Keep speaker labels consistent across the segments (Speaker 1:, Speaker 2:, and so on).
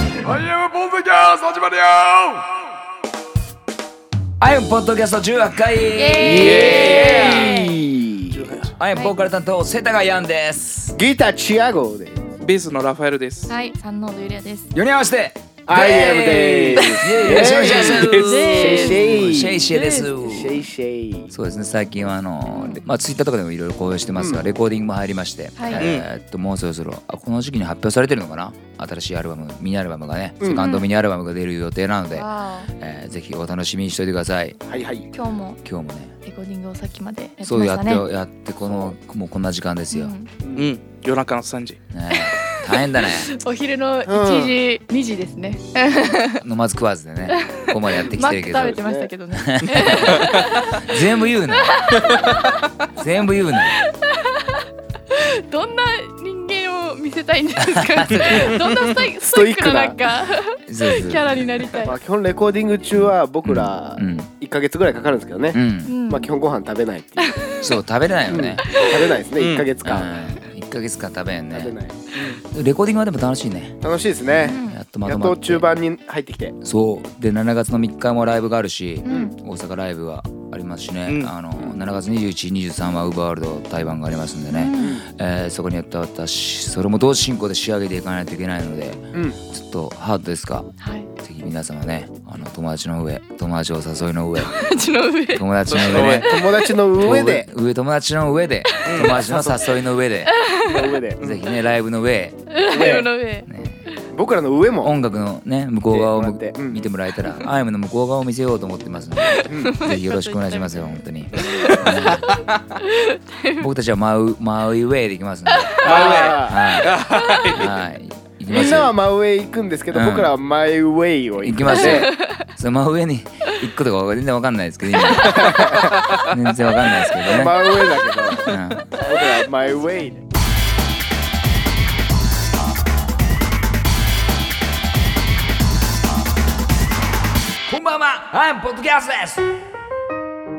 Speaker 1: ムポッドキャスト始まるよ
Speaker 2: アイアンポッドキャスト18回
Speaker 3: エ
Speaker 2: アイアンボーカル担当世田谷アンです
Speaker 4: ギターチアゴで
Speaker 3: ベースのラファエルです。
Speaker 5: はい、三能のゆりやです。
Speaker 2: 4人合わせて
Speaker 4: I am
Speaker 2: イ
Speaker 4: で
Speaker 2: エーイよろしくお願いします
Speaker 4: シェイ
Speaker 2: シェイシェイで
Speaker 4: シェ
Speaker 2: す
Speaker 4: イシェイ
Speaker 2: そうですね最近はあの、まあ、ツイッターとかでもいろいろ公表してますが、レコーディングも入りまして、
Speaker 5: はい
Speaker 2: えーっともうそろそろあこの時期に発表されてるのかな新しいアルバムミニアルバムがね、セカンドミニアルバムが出る予定なので、
Speaker 5: わー
Speaker 2: えーぜひお楽しみにしておいてください
Speaker 4: はいはい
Speaker 5: 今日も
Speaker 2: 今日もね
Speaker 5: レコーディングをさっきまでやってま
Speaker 2: そう
Speaker 5: し
Speaker 2: や
Speaker 5: た
Speaker 2: って
Speaker 5: ね。
Speaker 2: やってこのもうこんな時間ですよ、
Speaker 5: う
Speaker 2: ね
Speaker 5: ん
Speaker 3: うん、夜中の3時。
Speaker 2: え大変だね
Speaker 5: お昼の1時、2時ですね。
Speaker 2: 飲まず食わずでね ここまでやってき
Speaker 5: マ
Speaker 2: て
Speaker 5: ッ
Speaker 2: る
Speaker 5: ク
Speaker 2: け
Speaker 5: 食
Speaker 2: ど
Speaker 5: べてましたけどね。
Speaker 2: 全部言うな全部言うな
Speaker 5: どんな人間を見せたいんですか。どんなストイストイックななんか
Speaker 2: そうそう
Speaker 5: キャラになりたい
Speaker 4: ま。あ基本レコーディング中は僕ら
Speaker 2: うん
Speaker 4: 1ヶ月ぐらいかかるんですけどね
Speaker 2: う
Speaker 5: うんん
Speaker 4: まあ基本ご飯食べないっていう
Speaker 2: そう食べれないよ
Speaker 4: うん
Speaker 2: ね
Speaker 4: 食べないですね
Speaker 3: うん
Speaker 4: 1ヶ月
Speaker 2: うん
Speaker 4: 間
Speaker 2: 1ヶ月間食べへん
Speaker 4: 食べな
Speaker 2: ね
Speaker 4: い
Speaker 2: レコーディングはでも楽しいね
Speaker 4: 楽しいですね
Speaker 2: やっとま
Speaker 4: や
Speaker 2: と
Speaker 4: っ
Speaker 2: ま
Speaker 4: と
Speaker 2: って
Speaker 4: 中盤に入ってきて
Speaker 2: そうで7月の3日もライブがあるし
Speaker 5: うんうん
Speaker 2: 大阪ライブはありますしね
Speaker 3: うん
Speaker 2: あの7月2123はウーバーワールド対バンがありますんで
Speaker 5: う
Speaker 2: ね
Speaker 5: ん
Speaker 2: えーそこにやった私それも同時進行で仕上げていかないといけないので
Speaker 4: うん
Speaker 2: ちょっとハードですが
Speaker 5: はい。
Speaker 2: ぜひ皆様ねあの友達の上友達を誘いの 上
Speaker 5: うちの上。
Speaker 2: 友達の上ね
Speaker 4: 友達の上で
Speaker 2: 上友達の上で友達の誘いの上で
Speaker 4: 上で
Speaker 2: ぜひねライブの上、
Speaker 5: 上の上。
Speaker 2: ね、
Speaker 4: 僕らの上も
Speaker 2: 音楽のね向こう側をむ
Speaker 4: でうん
Speaker 2: 見てもらえたらアイムの向こう側を見せようと思ってますのでぜひよろしくお願いし ますよ本当にね僕たちは真う真上で行きますんでは
Speaker 4: あ
Speaker 2: いはい行き
Speaker 4: ーみ
Speaker 2: ま
Speaker 4: ん
Speaker 2: す
Speaker 4: なは
Speaker 2: よ
Speaker 4: 真上行くんですけど
Speaker 2: うん
Speaker 4: 僕らはマイウェイを
Speaker 2: 行
Speaker 4: 行
Speaker 2: き
Speaker 4: き
Speaker 2: ますよその真上に行くことが全然わかんないですけ ど今全然わかんないですけどね、
Speaker 4: 真上だけど
Speaker 2: うん
Speaker 4: 僕らマイウェイで
Speaker 2: こんばんは、はい、ポッドキャスト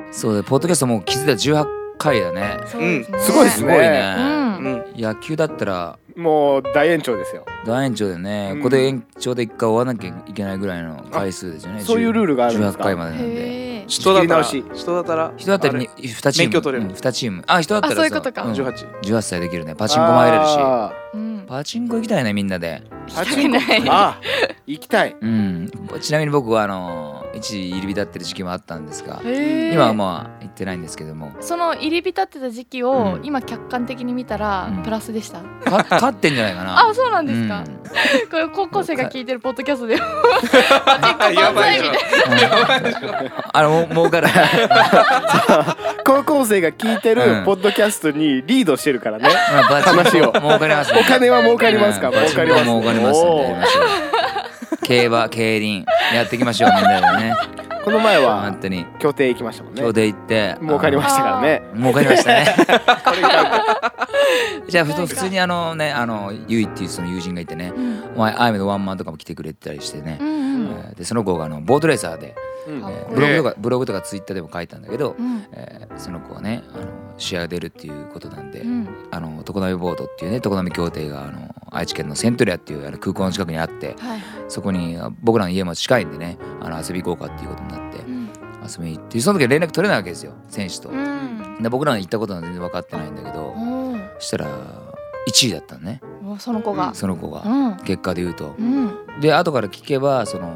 Speaker 2: です。そうで、ポッドキャストもう気づいたら18回だね。
Speaker 5: そうですね。
Speaker 4: すごいです
Speaker 2: す
Speaker 4: ね
Speaker 2: ごいうね。
Speaker 5: ん。
Speaker 3: ん。
Speaker 2: 野球だったら
Speaker 4: もう大延長ですよ
Speaker 2: 大延長でね、
Speaker 4: うん
Speaker 2: ここで延長で一回終わらなきゃいけないぐらいの回数ですよね。
Speaker 4: あそういうルールがあるんです
Speaker 2: 18
Speaker 4: か
Speaker 2: 回までなんで。
Speaker 5: へえ。
Speaker 3: 人だったら、
Speaker 4: 仕切り
Speaker 3: 人だったら、
Speaker 2: 人だったらに2チーム。
Speaker 3: 免許取れる
Speaker 2: うん二チーム。あ、人だったら
Speaker 5: あそういうことか
Speaker 2: ん
Speaker 3: 十八。
Speaker 2: 18歳できるね。パチンコも入れるし。
Speaker 4: あ
Speaker 5: うん。
Speaker 2: パチンコ行きたいね、みんなで。
Speaker 4: ー
Speaker 5: 行きたくない。
Speaker 4: ああ行きたい
Speaker 2: うん。ちなみに僕は、あの、一時入り浸ってる時期もあったんですが、
Speaker 5: へえ
Speaker 2: 今はまあ行ってないんですけども、
Speaker 5: その入り浸ってた時期を、
Speaker 2: うん
Speaker 5: 今客観的に見たら、
Speaker 2: うん
Speaker 5: プラスでした。
Speaker 2: か 勝ってんじゃないかな。
Speaker 5: あ、そうなんですか
Speaker 2: う。ん
Speaker 5: これ高校生が聞いてるポッドキャストでもパチンコ
Speaker 3: や
Speaker 5: 万
Speaker 3: ばい
Speaker 5: 歳
Speaker 3: じ
Speaker 5: み
Speaker 3: ゃ
Speaker 5: た
Speaker 3: ん
Speaker 5: いな。
Speaker 2: あのも儲 からない、
Speaker 4: 高校生が聞いて
Speaker 2: うん
Speaker 4: るポッドキャストにリードしてるからね
Speaker 2: まあ、バチンコ
Speaker 4: 話を
Speaker 2: 儲かりますね
Speaker 4: お金は儲かりますか
Speaker 2: うん
Speaker 4: 儲かります
Speaker 2: バチンコ儲かりますんでやりましょう競馬競輪やっていきましょうみんなで ね
Speaker 4: この前
Speaker 2: 本
Speaker 4: は
Speaker 2: 当に
Speaker 4: 協定行きましたもんね
Speaker 2: 今日で行って
Speaker 4: 儲かりましたからね
Speaker 2: あの儲かりましたね じゃあふと普通にあのねあのゆいっていうその友人がいてね
Speaker 5: うん
Speaker 2: お前アイムのワンマンとかも来てくれてたりしてね
Speaker 5: う、ん
Speaker 2: えーでその子があのボートレーサーで、
Speaker 4: うん
Speaker 5: かっ
Speaker 2: えー
Speaker 5: こいい
Speaker 2: ブログとかブログとかツイッターでも書いたんだけど、
Speaker 5: うん
Speaker 2: えーその子はねあの試合出るっていうことなんで、
Speaker 5: うん
Speaker 2: あの常滑ボートっていうね常滑協定があの愛知県のセントリアっていうあの空港の近くにあって
Speaker 5: はい
Speaker 2: そこにあ僕らの家も近いんでねあの遊び行こうかっていうことになって
Speaker 5: うん
Speaker 2: 遊びに行ってその時連絡取れないわけですよ選手と。
Speaker 5: うん
Speaker 2: で僕らの行ったことは全然分かってないんだけど
Speaker 5: おー
Speaker 2: そしたら1位だったのね
Speaker 5: おその子が
Speaker 2: その子
Speaker 5: う
Speaker 2: が
Speaker 5: ん
Speaker 2: 結果で言うと
Speaker 5: う。ん
Speaker 2: で後から聞けばその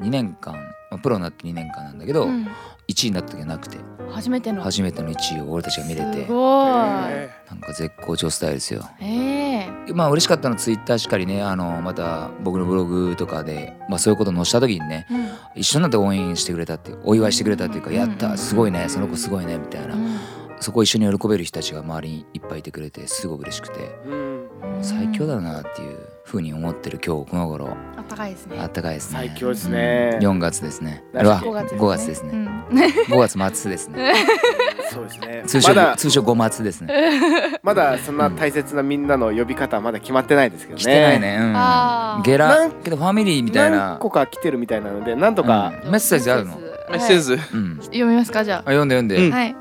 Speaker 2: 2年間まあプロになって2年間なんだけど
Speaker 5: うん
Speaker 2: 1位になった時はなくて
Speaker 5: 初めての
Speaker 2: 初めての1位を俺たちが見れて
Speaker 5: すごい
Speaker 2: なんか絶好調スタイルですよ。
Speaker 5: ええ
Speaker 2: まあ嬉しかったのはツイッターしかりねあのまた僕のブログとかで、まあ、そういうことを載せた時にね
Speaker 5: うん
Speaker 2: 一緒になって応援してくれたってお祝いしてくれたっていうか「
Speaker 5: うん
Speaker 2: やったすごいねその子すごいね」みたいな、そこを一緒に喜べる人たちが周りにいっぱいいてくれてすごく嬉しくて
Speaker 4: うん
Speaker 5: うん
Speaker 2: 最強だなっていうふうに思ってる今日この頃
Speaker 5: あったかいですね
Speaker 2: あったかいですね
Speaker 4: 最強ですね
Speaker 2: 4月ですねあ
Speaker 4: 確
Speaker 2: れ
Speaker 4: か
Speaker 2: は
Speaker 4: に
Speaker 2: 5月ですね
Speaker 5: うん
Speaker 2: 5月末ですね
Speaker 4: そうですね
Speaker 2: 通
Speaker 4: ま
Speaker 2: 称
Speaker 4: だ
Speaker 2: 通称5末ですね
Speaker 4: まだそんな大切なみんなの呼び方はまだ決まってないですけどね
Speaker 2: 来てないね
Speaker 5: あ
Speaker 2: うん
Speaker 5: ー
Speaker 2: ゲ
Speaker 4: な
Speaker 2: ラ
Speaker 4: ん
Speaker 2: けどファミリーみたいな
Speaker 4: 何個か来てるみたいなのでなんとか
Speaker 2: うんメッセージあるの
Speaker 3: メ
Speaker 5: メ
Speaker 3: ッ
Speaker 5: ッ
Speaker 3: セー
Speaker 5: セージ
Speaker 3: ジ。
Speaker 2: うん
Speaker 5: はい読みますかじゃ
Speaker 2: あ読んで読んで、
Speaker 3: うん
Speaker 5: あはい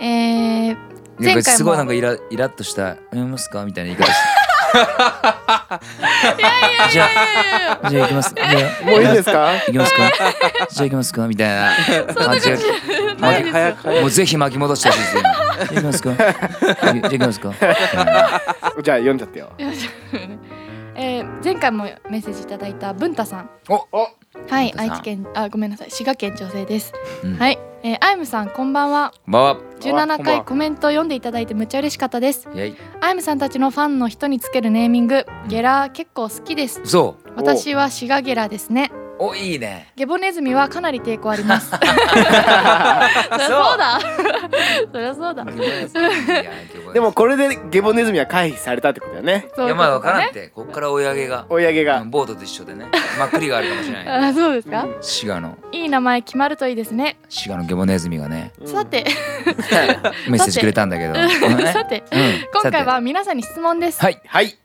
Speaker 5: え
Speaker 2: な
Speaker 5: ー
Speaker 2: んか
Speaker 5: 前回も
Speaker 2: すごいなんかイライラッとした「読みますか?」みたいな言い方して
Speaker 5: いやいやいやいやいや
Speaker 2: じゃあ行きます。じゃあ
Speaker 4: もういいですか
Speaker 2: 行きますか。じゃあ行きますかみたいな感じが。
Speaker 5: ないです
Speaker 3: 早く早く
Speaker 2: もうぜひ巻き戻してほしいですね。行きますか。じゃあ行きますか。
Speaker 4: じゃあ読んじゃってよ。
Speaker 5: えー前回もメッセージいただいた文太さん
Speaker 2: おお。
Speaker 5: は
Speaker 2: 文
Speaker 5: い
Speaker 2: 太さん
Speaker 5: 愛知県あごめんなさい滋賀県女性です、
Speaker 2: うん
Speaker 5: はい、えー、アイムさんこんばんは
Speaker 2: まわ。
Speaker 5: 17
Speaker 3: こんばん
Speaker 5: 回
Speaker 3: は
Speaker 5: コメント読んでいただいてむっちゃ嬉しかったです
Speaker 2: いやい。
Speaker 5: アイムさんたちのファンの人につけるネーミング
Speaker 2: うん
Speaker 5: ゲラ結構好きです
Speaker 2: 嘘。
Speaker 5: 私はシガゲラですね
Speaker 2: おいいね。
Speaker 5: ゲボネズミはかなり抵抗あります そりゃそうだ そりゃそうだ
Speaker 4: でもこれでゲボネズミは回避されたってことだよね。
Speaker 5: そう
Speaker 2: い
Speaker 5: い
Speaker 2: や
Speaker 5: う
Speaker 2: まあ
Speaker 5: こ
Speaker 2: わ
Speaker 5: と
Speaker 2: からんっ
Speaker 5: ね
Speaker 2: てこっから追い上げが
Speaker 4: 追い上げが。
Speaker 2: ボートと一緒でねまっくりがあるかもしれない
Speaker 5: あそうですか、
Speaker 4: うん
Speaker 2: 滋賀の
Speaker 5: いい名前決まるといいですね、
Speaker 2: 滋賀のゲボネズミがね
Speaker 5: さて
Speaker 2: メッセージくれたんだ けど
Speaker 5: さて
Speaker 2: うん
Speaker 5: 今回
Speaker 2: さ
Speaker 5: は皆さんに質問です、
Speaker 2: てはい
Speaker 4: はい。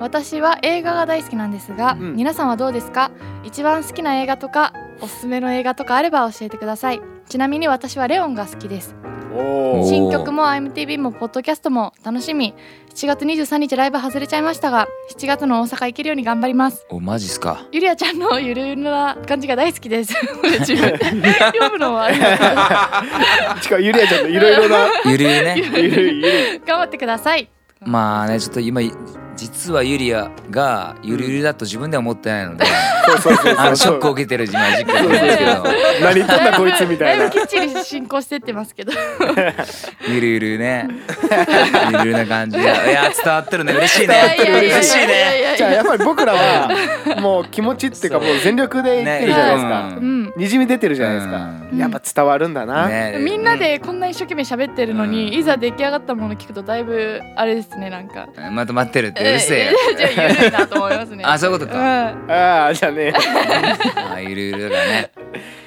Speaker 5: 私は映画が大好きなんですが、
Speaker 4: うん
Speaker 5: 皆さんはどうですか一番好きな映画とかおすすめの映画とかあれば教えてくださいちなみに私はレオンが好きです
Speaker 4: お
Speaker 2: お
Speaker 4: お。
Speaker 5: 新曲も IMTV もポッドキャストも楽しみ7月23日ライブ外れちゃいましたが7月の大阪行けるように頑張ります
Speaker 2: おマジっすか
Speaker 5: ゆりあちゃんのゆるゆるな感じが大好き ですこれ自分で読むのはあれだから
Speaker 4: しかもゆりやちゃんのいろいろな。
Speaker 2: ゆるゆるね
Speaker 4: ゆるいゆるい。
Speaker 5: 頑張ってください
Speaker 2: まあねちょっと今実はユリアがゆるゆるだと自分では思ってないので、
Speaker 4: そうそうそうそう。
Speaker 2: あのショックを受けてる自慢実
Speaker 4: そ
Speaker 2: 感
Speaker 4: う
Speaker 2: なん
Speaker 4: そう
Speaker 2: ですけ
Speaker 5: いやい
Speaker 2: ど
Speaker 4: 何言っとんだこいつみた
Speaker 5: だ
Speaker 4: い
Speaker 5: い
Speaker 4: な
Speaker 5: ぶ。きっちり進行してってます けど
Speaker 2: ゆるゆるねゆるゆるな感じがいや伝わってるね嬉しいね
Speaker 4: 伝わってる
Speaker 2: 嬉
Speaker 4: 嬉
Speaker 2: し
Speaker 4: し
Speaker 2: い
Speaker 4: い
Speaker 2: ね
Speaker 5: ね
Speaker 4: じゃあやっぱり僕 らはもう気持ちっていうかもう全力で言ってるじゃないですか。
Speaker 5: うん
Speaker 4: にじみ出てるじゃないですか。やっぱ伝わるんだな。
Speaker 2: ね
Speaker 5: みんなでこんな一生懸命喋ってるのに、
Speaker 2: うん
Speaker 5: いざ出来上がったもの聞くとだいぶあれですねなんか。
Speaker 2: うんまとまってるってうるせえよ
Speaker 5: えじゃあ緩いなと思いますね。
Speaker 2: あそういうことか
Speaker 5: うん
Speaker 4: ああじゃあね。
Speaker 2: あゆるゆるだからね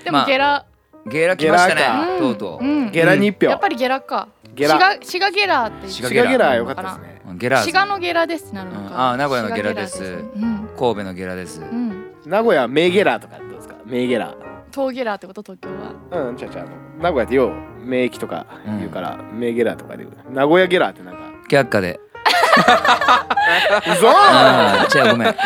Speaker 5: で
Speaker 2: まあ
Speaker 5: もゲラ、
Speaker 2: ゲラ来ました
Speaker 4: ゲ
Speaker 2: ね
Speaker 5: か
Speaker 4: ラ
Speaker 2: とうと
Speaker 5: うん
Speaker 4: ゲラに一票
Speaker 5: やっ。ぱりゲラか。
Speaker 4: ゲラ。
Speaker 5: シガシガゲラって
Speaker 2: シ
Speaker 5: シ
Speaker 2: ガ
Speaker 5: ガ
Speaker 4: シガゲラ良かったですね。
Speaker 2: うゲラーズ
Speaker 5: のゲラですなるの
Speaker 2: うん
Speaker 5: か。
Speaker 2: あ名古屋のゲラです
Speaker 5: シガゲラね
Speaker 2: 神戸のゲラです
Speaker 5: うん。うん。
Speaker 4: 名古屋は名ゲラとかどうですか。名ゲラ。
Speaker 5: 東ゲラってこと東京は。
Speaker 4: うん、ちゃうちゃうあの名古屋ってよう名駅とか言うから、名ゲラとかで言う名古屋ゲラってなん か
Speaker 2: 却下で
Speaker 4: うそ
Speaker 2: ああじゃあごめん
Speaker 4: うそ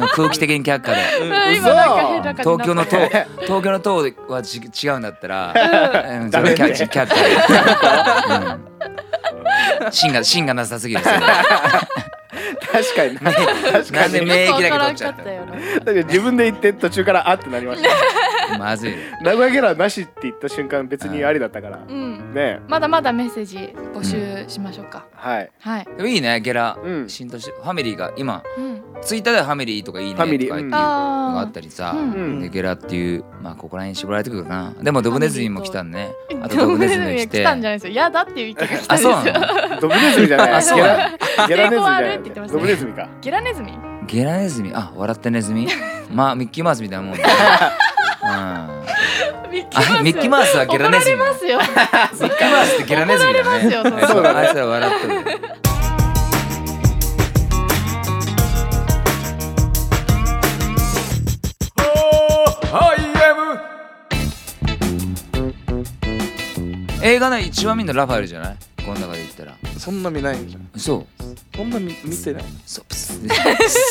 Speaker 2: うん空気的に却下で
Speaker 5: うん
Speaker 4: 嘘
Speaker 5: 今なんか変な感
Speaker 2: 東
Speaker 5: じに
Speaker 2: 京 の
Speaker 5: なった
Speaker 2: 塔
Speaker 5: ね。
Speaker 2: 東京の塔はち違うんだったら、うん、それキャッチキャッチ、 うん、芯が芯がなさすぎるそれ
Speaker 4: 確かに な確か
Speaker 2: なんで
Speaker 4: に
Speaker 2: 免疫だけ取っちゃっ
Speaker 5: よくわからんかったよなんか
Speaker 4: だけど自分で言って途中からあってなり ました
Speaker 2: たまずい
Speaker 4: 名古屋ゲラなしって言った瞬間別にありだったからね
Speaker 5: うん。
Speaker 4: え
Speaker 5: まだまだメッセージ募集しましょうか。
Speaker 4: はい
Speaker 5: はい。
Speaker 2: でもいいねゲラ、
Speaker 4: うん
Speaker 2: 浸透してファミリーが今
Speaker 5: うん。
Speaker 2: ツイッターではファミリーとかいいねとか
Speaker 4: ファ
Speaker 2: 言っ
Speaker 4: ミ
Speaker 2: て
Speaker 4: リー
Speaker 2: いうの
Speaker 4: うん
Speaker 2: が
Speaker 5: あ
Speaker 2: あ
Speaker 5: あ
Speaker 2: ったりさ、
Speaker 5: うん
Speaker 4: うん
Speaker 2: でゲラっていうまあここら辺絞られてくるかなでもドブネズミも来たんねあとド
Speaker 5: ド
Speaker 2: ブ
Speaker 5: ブ
Speaker 2: ネズ
Speaker 5: ネ
Speaker 2: ミ
Speaker 5: ズミ
Speaker 2: が来
Speaker 5: が来
Speaker 2: て
Speaker 5: たんじゃないですよ。嫌だっていう意見が来たん
Speaker 2: あ
Speaker 5: です
Speaker 2: そう
Speaker 5: よ。
Speaker 2: な
Speaker 4: ドブネズミじゃな
Speaker 2: あ
Speaker 4: い
Speaker 2: そう
Speaker 4: ゲ ラゲラネズミじゃない
Speaker 5: 抵抗あるって言ってましたね
Speaker 4: ドブネズミか
Speaker 5: ゲラネズミ？
Speaker 2: のゲラネズミあ笑ってネズミまあミッキーマウスみたいなもんだ、う ん
Speaker 5: ミッキ
Speaker 2: あミッキーマウスはゲラネズミ
Speaker 5: 怒られますよ。
Speaker 2: ミッキーマウスってゲラネズミだね。
Speaker 5: 怒られますよ
Speaker 2: そ
Speaker 4: そうう
Speaker 2: だね。
Speaker 4: だね
Speaker 2: あいつら笑ってる。映画の一番見るのラファエルじゃないこの中で言ったら。
Speaker 3: そんな見ないんじゃん
Speaker 2: そう。
Speaker 3: そんな見見てない
Speaker 2: ソプス。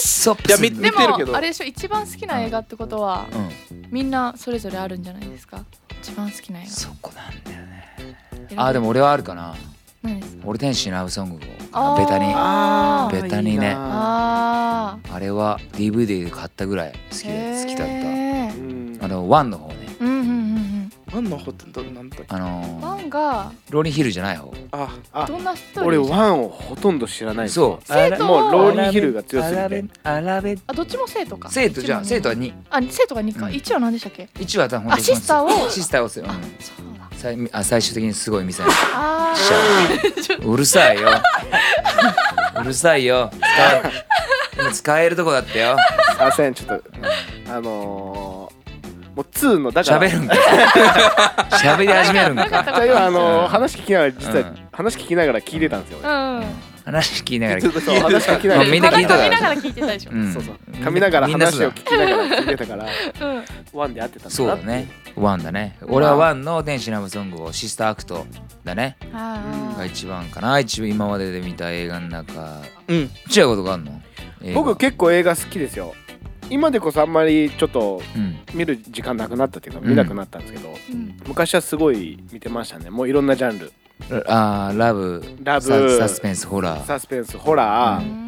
Speaker 2: ソプス。
Speaker 3: いや見
Speaker 5: で
Speaker 3: 見てるけど
Speaker 5: もあれでしょ一番好きな映画ってことは
Speaker 2: うん。
Speaker 5: みんなそれぞれあるんじゃないですか。一番好きな映
Speaker 2: そこなんだよね。
Speaker 5: 画。
Speaker 2: あ、で
Speaker 5: も
Speaker 2: も俺はあるかな。
Speaker 5: 何ですか？
Speaker 2: 俺天使のラブソング
Speaker 5: あ
Speaker 2: を
Speaker 5: ー
Speaker 2: ベタに。
Speaker 5: あー
Speaker 2: ベタにね
Speaker 4: いいな
Speaker 5: ああ。
Speaker 2: あれは DVD で買ったぐらい好きだ好きだっ
Speaker 5: へ
Speaker 4: う
Speaker 5: ー
Speaker 4: ん
Speaker 2: た。あの、ワンの方ね。
Speaker 5: うんうんうん
Speaker 3: 何のホテルなんだっけ
Speaker 2: あ
Speaker 5: うん。
Speaker 2: の
Speaker 5: ワ
Speaker 2: ー、
Speaker 5: ンが
Speaker 2: ローリーヒルじゃない方。
Speaker 3: あ
Speaker 4: あ
Speaker 5: どんなストーリ
Speaker 4: 俺
Speaker 5: ー？
Speaker 4: ワンをほとんど知らない
Speaker 2: そう。
Speaker 5: 生徒
Speaker 4: もうローリーヒルが強すぎて
Speaker 2: アラベ
Speaker 5: あどっちも生徒か。
Speaker 2: 生徒じゃん生徒は
Speaker 5: 2
Speaker 2: 2
Speaker 5: あ生徒が二か。
Speaker 2: うん
Speaker 5: 一は何でしたっけ？
Speaker 2: 1は多分
Speaker 5: あシスターを
Speaker 2: シスターをする、う
Speaker 5: あ
Speaker 2: ん
Speaker 5: そうだ。
Speaker 2: 最あ最終的にすごいミサイル
Speaker 5: あ
Speaker 2: しちゃううるさい ようるさいよ使え使えるとこだったよ
Speaker 4: すいませんちょっとあのーもう2のだから
Speaker 2: 喋るんか喋り始めるんか
Speaker 5: あ。
Speaker 4: じゃあ今あのー
Speaker 2: うん
Speaker 4: 話聞きながら実
Speaker 2: うん
Speaker 4: は話聞きながら聞いてたんですよ、
Speaker 5: うん。
Speaker 2: 話聞きながら
Speaker 4: ちょっとそう話が聞き
Speaker 2: ま
Speaker 4: なが
Speaker 2: あ
Speaker 4: ら
Speaker 2: みんな聞いてた
Speaker 5: 噛みながら聞いてたでしょ。
Speaker 2: うん
Speaker 4: そうそう噛みながら
Speaker 2: みんな
Speaker 4: 話を聞きながら聞いてたから
Speaker 5: うん。
Speaker 4: ワンで合ってたんだな
Speaker 2: そうだねワンだね俺はワンの「天使のラブソング」をシスターアクトだね
Speaker 5: あ
Speaker 2: が
Speaker 5: あ。
Speaker 2: 一番かな一番今までで見た映画の中
Speaker 3: うん
Speaker 2: ちゃいことがあんの映画
Speaker 4: 僕結構映画好きですよ今でこそあんまりちょっと
Speaker 2: うん
Speaker 4: 見る時間なくなったっていうか
Speaker 2: うん
Speaker 4: 見なくなったんですけど、
Speaker 5: うん。
Speaker 4: 昔はすごい見てましたねもういろんなジャンル
Speaker 2: あーラブ
Speaker 4: ラブ
Speaker 2: ササスペンスホラー
Speaker 4: サスペンスホラ
Speaker 5: う
Speaker 4: ー、
Speaker 5: ん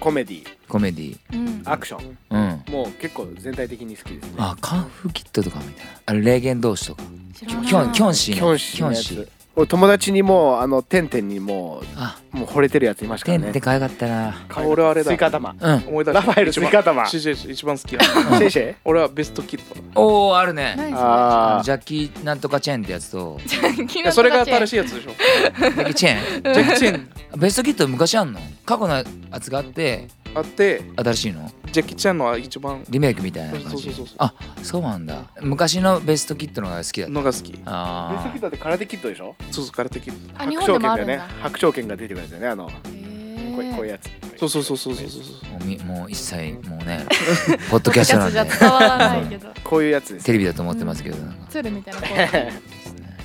Speaker 4: コメディ
Speaker 2: コメディ
Speaker 5: うん。
Speaker 4: アクション
Speaker 2: うん
Speaker 4: もう結構全体的に好きですね
Speaker 2: あカンフーキットとかみたいなあれ霊言同士とか
Speaker 5: 知
Speaker 2: キ
Speaker 5: らな
Speaker 2: ョ
Speaker 5: い
Speaker 2: ンキョンキョンシー
Speaker 4: キ
Speaker 2: の
Speaker 4: ョンシーのや
Speaker 2: キョンシ
Speaker 4: つ俺友達にもうあのテンテンにも
Speaker 2: あ
Speaker 4: うもう惚れてるやついましたか
Speaker 2: テ
Speaker 4: ら
Speaker 2: ンっ
Speaker 4: ね
Speaker 2: て可愛かったな
Speaker 3: あ俺はあれだ
Speaker 4: スイカ頭
Speaker 2: うん
Speaker 3: 思い出した
Speaker 4: ラファエル
Speaker 3: 一番
Speaker 4: スイカ 頭
Speaker 3: シェシェシェ一番好きなの
Speaker 4: シェイシェイ
Speaker 3: 俺はベストキ ッド
Speaker 2: おおあるね
Speaker 5: 何
Speaker 2: あの
Speaker 4: あ
Speaker 2: ジャッキーなんとかチェーンってやつとジ
Speaker 5: それ。
Speaker 3: それが新
Speaker 5: しい。
Speaker 3: しいやつでしょ
Speaker 2: ャッキーチェー
Speaker 3: ジャッキチェン
Speaker 2: ンベストキット昔あんの過去のやつがあって
Speaker 3: あって
Speaker 2: 新しいの
Speaker 3: ジャッキチェンのは一番
Speaker 2: リメイクみたいな感
Speaker 3: そう
Speaker 2: じ
Speaker 3: そうそうそう
Speaker 2: あそうなんだ昔のベストキットの方が好きだった
Speaker 3: のが好き
Speaker 4: ベスト
Speaker 2: あ
Speaker 4: キッドって空手キッドでしょ
Speaker 3: そうそう空手キッ
Speaker 5: あ、日
Speaker 4: 白
Speaker 5: 本で
Speaker 4: 鳥
Speaker 5: もあ
Speaker 4: 剣
Speaker 5: るん
Speaker 4: だよね
Speaker 5: だ。
Speaker 4: 白鳥剣が出てくるんですよねあのこ
Speaker 5: へ
Speaker 4: うこういう
Speaker 5: え。
Speaker 4: やつ
Speaker 3: ドそうそうそうそうそうそう
Speaker 2: あもうみもう一切もうねポッドキャストなん
Speaker 5: じゃ
Speaker 2: で
Speaker 5: 伝わらないけど。
Speaker 4: こういうやつです
Speaker 2: テレビだと思ってますけどなんか
Speaker 5: ツールみたいなこ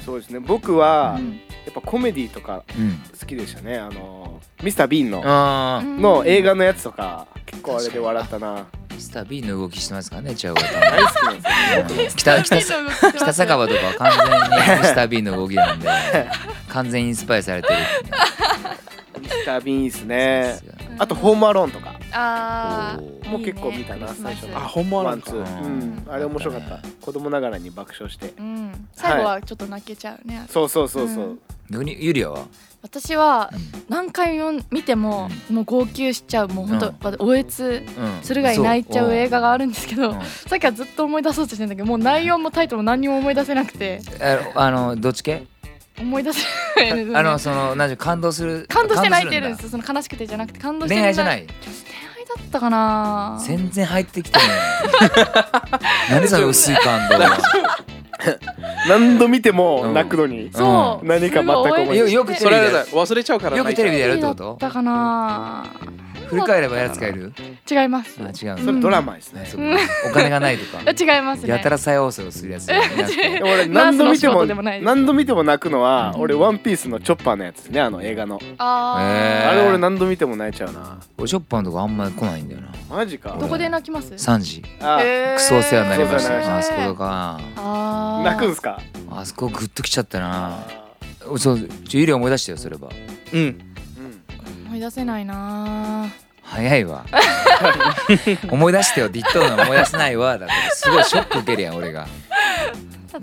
Speaker 4: そうですね僕
Speaker 5: う
Speaker 4: は
Speaker 5: うん。
Speaker 4: やっぱコメディとか
Speaker 2: うん
Speaker 4: 好きでしたねあのミスター・ビーンの
Speaker 2: ああ
Speaker 4: の映画のやつとか結構あれで笑ったな
Speaker 2: ミスター B の動きしてますからねチャオ
Speaker 4: 大好きなんですよ
Speaker 2: 北 北北酒場とかは完全にミスター B の動きなん で完全インスパイアされてる
Speaker 4: ミスター・ビーンいいっす
Speaker 2: で
Speaker 4: ね
Speaker 2: すよね
Speaker 4: あとホームアローンとか
Speaker 5: あ
Speaker 2: お
Speaker 5: あ。
Speaker 2: ー
Speaker 4: もう結構見たな最初
Speaker 5: いいね
Speaker 4: の
Speaker 3: あほんま
Speaker 4: ワ
Speaker 3: なん
Speaker 4: ンツ
Speaker 3: か
Speaker 4: ーうんあれ面白かった子供ながらに爆笑して
Speaker 5: うん。最後はちょっと泣けちゃうね。
Speaker 4: そうそうそうそううん
Speaker 2: 逆にユリアは
Speaker 5: 私は
Speaker 2: うん
Speaker 5: 何回も見てももう号泣しちゃうもう本当おえつ
Speaker 2: うん
Speaker 5: するがい泣いちゃう映画があるんですけ
Speaker 2: そう
Speaker 5: ど
Speaker 2: うん
Speaker 5: さっきはずっと思い出そうとしてんだけどもう内容もタイトルも何にも思い出せなくて
Speaker 2: えあのどっち系
Speaker 5: 思い出せないんですよね
Speaker 2: あのその何でしょう感動する
Speaker 5: 感動して泣いてるんです
Speaker 2: 感動
Speaker 5: よその悲しくてじゃなくて感動
Speaker 2: するんだ恋愛
Speaker 5: して
Speaker 2: じゃないい
Speaker 5: 恋愛だったかな
Speaker 2: 全然入ってきてない 何その薄い感動は
Speaker 4: 何度見ても泣くのに
Speaker 5: そう、
Speaker 4: うん何か全く思い出せない
Speaker 5: すご
Speaker 2: よく
Speaker 3: それあれだ忘れちゃうから
Speaker 2: よくテレビでやるってこ
Speaker 5: だっ
Speaker 2: と
Speaker 5: たかな
Speaker 2: 振り返ればやつがいる
Speaker 5: 違います
Speaker 2: あ
Speaker 5: あ
Speaker 2: 違う
Speaker 4: それドラマですね
Speaker 2: そっかお金がないと か
Speaker 5: 違いますね
Speaker 2: やたら再放送するやつだよね
Speaker 4: でも俺何度
Speaker 5: ナースの
Speaker 4: 見て
Speaker 5: 仕
Speaker 4: も
Speaker 5: 事でもないです
Speaker 4: 何度見ても泣くのは
Speaker 2: うん
Speaker 4: 俺ワンピースのチョッパーのやつですねあの映画の
Speaker 5: あ
Speaker 2: へー
Speaker 4: あれ俺何度見ても泣いちゃうな
Speaker 2: 俺ショッパンとかあんま来ないんだよな
Speaker 4: マジか
Speaker 5: ーどこで泣きます
Speaker 2: 3時
Speaker 4: あ
Speaker 2: クソお世話になりました
Speaker 4: へー
Speaker 2: あそこか
Speaker 5: あー
Speaker 4: 泣くんすか
Speaker 2: あそこグッときちゃったなそうちょゆり思い出したよそれは
Speaker 3: うん
Speaker 4: うん
Speaker 5: 思い出せないな
Speaker 2: 早いわ 思い出してよって言ったのに思い出せないわだってすごいショック受けるやん俺が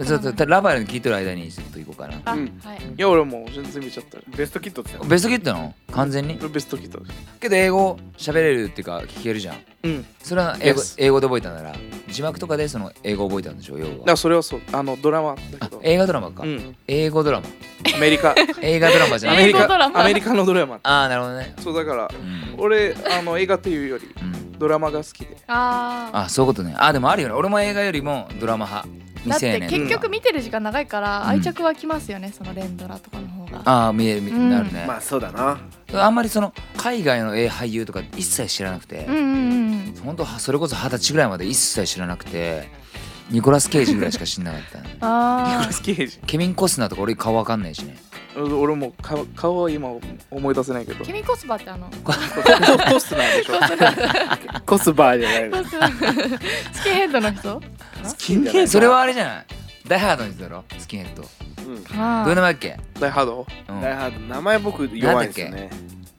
Speaker 2: ちょっとラバーに聞いてる間にちょっと行こうかな
Speaker 5: あ、
Speaker 4: うん
Speaker 5: はい
Speaker 3: いや俺もう全然見ちゃったよ
Speaker 4: ベストキットってやつ
Speaker 2: ベストキットなの完全に
Speaker 3: ベストキッド
Speaker 2: けど英語喋れるっていうか聞けるじゃん
Speaker 3: うん
Speaker 2: それは英語
Speaker 3: Yes
Speaker 2: 英語で覚えたなら字幕とかでその英語覚えたんでしょ要
Speaker 3: だから
Speaker 2: は
Speaker 3: それはそうあのドラマだ
Speaker 2: あ
Speaker 3: けど
Speaker 2: 映画ドラマか
Speaker 3: うん
Speaker 2: 英語ドラマ
Speaker 3: アメリ カ
Speaker 2: 映画ドラマじゃ
Speaker 3: ア
Speaker 2: な
Speaker 3: メ
Speaker 2: い
Speaker 3: リ
Speaker 5: 英語ドラ
Speaker 3: カ
Speaker 5: マ
Speaker 3: アメリカのドラマ
Speaker 2: ああなるほどね
Speaker 3: そうだから
Speaker 2: うん
Speaker 3: 俺あの映画というより
Speaker 2: うん
Speaker 3: ドラマが好きで
Speaker 5: あー
Speaker 2: あそういうことねあでもあるよね俺も映画よりもドラマ派
Speaker 5: だっ
Speaker 2: 未成
Speaker 5: て
Speaker 2: 年
Speaker 5: 結局見てる時間長いから
Speaker 2: うん
Speaker 5: 愛着はきますよね、その連ドラとかの方が
Speaker 2: ああ見える見
Speaker 5: うん
Speaker 2: なるね
Speaker 4: まあそうだな
Speaker 2: あんまりその海外のえ俳優とか一切知らなくて
Speaker 5: うんうんうん
Speaker 2: 本当はそれこそ二十歳ぐらいまで一切知らなくてニコラス・ケイジぐらいしか知んなかったね
Speaker 3: ニコ
Speaker 5: あ
Speaker 3: ラス・ケイジ
Speaker 2: ケビン・コスナーとか俺顔わかんないしね
Speaker 3: うん俺もう顔顔は今思い出せないけど
Speaker 5: あ君コスバってあの
Speaker 3: ココスなんでしょ
Speaker 4: コスバーじゃない
Speaker 5: コ
Speaker 4: の
Speaker 5: スバスキンヘッドの 人
Speaker 4: スキン
Speaker 2: それはあれじゃないダイハードにだろスキンヘッドど
Speaker 4: うん
Speaker 5: かな
Speaker 2: ういう名前だっけ、
Speaker 3: ダイハード
Speaker 2: う
Speaker 4: ダイ
Speaker 2: ん、
Speaker 4: ハード名前僕弱いんですよね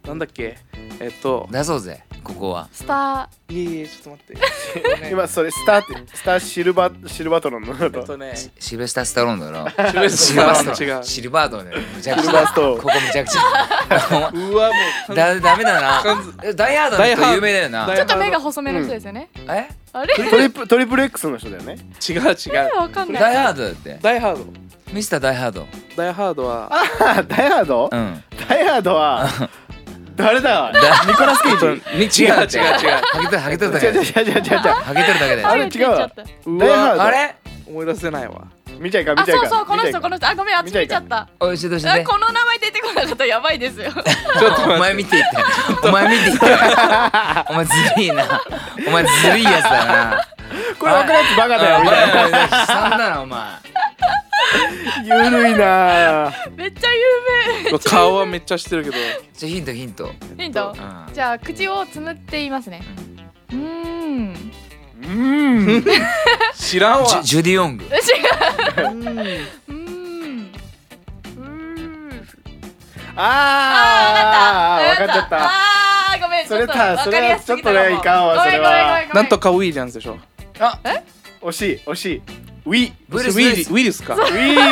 Speaker 3: なんだっけえっと
Speaker 2: 出そうぜここは
Speaker 5: スタ
Speaker 3: いえいえちょっと待 って
Speaker 4: 今それスターってスターシルバシルバトロンのシル
Speaker 3: え
Speaker 4: バ
Speaker 3: っとね
Speaker 2: シルベスター・スタローンだ ろ
Speaker 3: シルベスター
Speaker 2: シルベスター
Speaker 3: 違う
Speaker 2: シルバードねむちゃくち
Speaker 4: ー
Speaker 2: ゃ
Speaker 4: スト
Speaker 2: ここむちゃくちゃ お前
Speaker 3: うわもう
Speaker 2: だダメだな
Speaker 3: 完全
Speaker 2: えダイハードの人有名だよな
Speaker 3: ダイ
Speaker 5: ーち
Speaker 3: ハ
Speaker 5: ょっと目が細めの人ですよね、
Speaker 2: え
Speaker 5: あれ
Speaker 4: ントリプトリプル X の人だよね
Speaker 3: 違う違う
Speaker 5: わかんな
Speaker 2: ダ
Speaker 5: い
Speaker 2: イハードだって
Speaker 3: ダイハード
Speaker 2: ミスターダイハード
Speaker 3: ダイハードは
Speaker 4: あ ダイハード
Speaker 2: うん
Speaker 4: ダイハードは 誰だ
Speaker 2: だ
Speaker 4: ニコラス・ケイジ
Speaker 2: み違う違う違
Speaker 3: 違
Speaker 2: う
Speaker 3: う違う
Speaker 2: ハゲてるハゲてるだ
Speaker 4: 違
Speaker 2: け
Speaker 4: う違う
Speaker 2: だよ
Speaker 4: 違う違う違う
Speaker 2: ハゲてるだけだ
Speaker 4: あ
Speaker 2: よ
Speaker 4: れ違う
Speaker 5: あ
Speaker 4: わ
Speaker 5: れ
Speaker 3: う
Speaker 4: ダイハー
Speaker 3: わ
Speaker 4: ド
Speaker 2: あれ
Speaker 3: 思い出せないわ
Speaker 4: ミ見ちゃいかん見
Speaker 1: あ
Speaker 4: ちゃい
Speaker 1: そ
Speaker 4: か
Speaker 1: うんそうこの
Speaker 4: 見ちゃ
Speaker 1: 人
Speaker 4: いか
Speaker 1: こ
Speaker 4: ん
Speaker 1: の人あごめんあっち見ちゃった
Speaker 2: おいしい年
Speaker 1: あ
Speaker 2: ね
Speaker 1: この名前出てこなかったらやばいですよ
Speaker 2: ちょっとお前見ていったお前見ていったお前ずるいなお前ずるいやつだな
Speaker 4: これ分かるやつバカだよみたいな
Speaker 2: お前悲惨だなお前
Speaker 4: ゆ るいなあ
Speaker 1: めっちゃ有名
Speaker 3: 顔はめっちゃしてるけど
Speaker 2: じゃあヒントヒント、うん、
Speaker 1: ヒント
Speaker 5: じゃあ口をつむって言いますねうーん
Speaker 4: うー ん
Speaker 3: 知らんわ
Speaker 2: ジュジュディ・ヨング
Speaker 1: うーん
Speaker 4: あーあ分かっちゃった
Speaker 1: あーごめん
Speaker 4: そ
Speaker 1: ちょっ
Speaker 4: れ
Speaker 1: と
Speaker 4: た
Speaker 1: わかり
Speaker 4: それは
Speaker 1: やす
Speaker 4: ち
Speaker 1: す
Speaker 4: ょっ
Speaker 1: ぎ
Speaker 4: と
Speaker 1: たか
Speaker 4: ね
Speaker 1: も
Speaker 4: いかんわ
Speaker 1: ご
Speaker 4: そ
Speaker 1: め
Speaker 4: れ
Speaker 1: んごめんご
Speaker 4: は
Speaker 1: めんごめん
Speaker 3: なんとかウィージャンズでしょ
Speaker 4: 惜しい惜しいウィ
Speaker 2: ブルース
Speaker 3: ウィ
Speaker 2: ウ
Speaker 3: ー
Speaker 2: ィリ
Speaker 3: リ
Speaker 2: ス
Speaker 3: ウィリスか
Speaker 4: ウィ
Speaker 2: あ
Speaker 4: ー
Speaker 1: ブ
Speaker 4: ル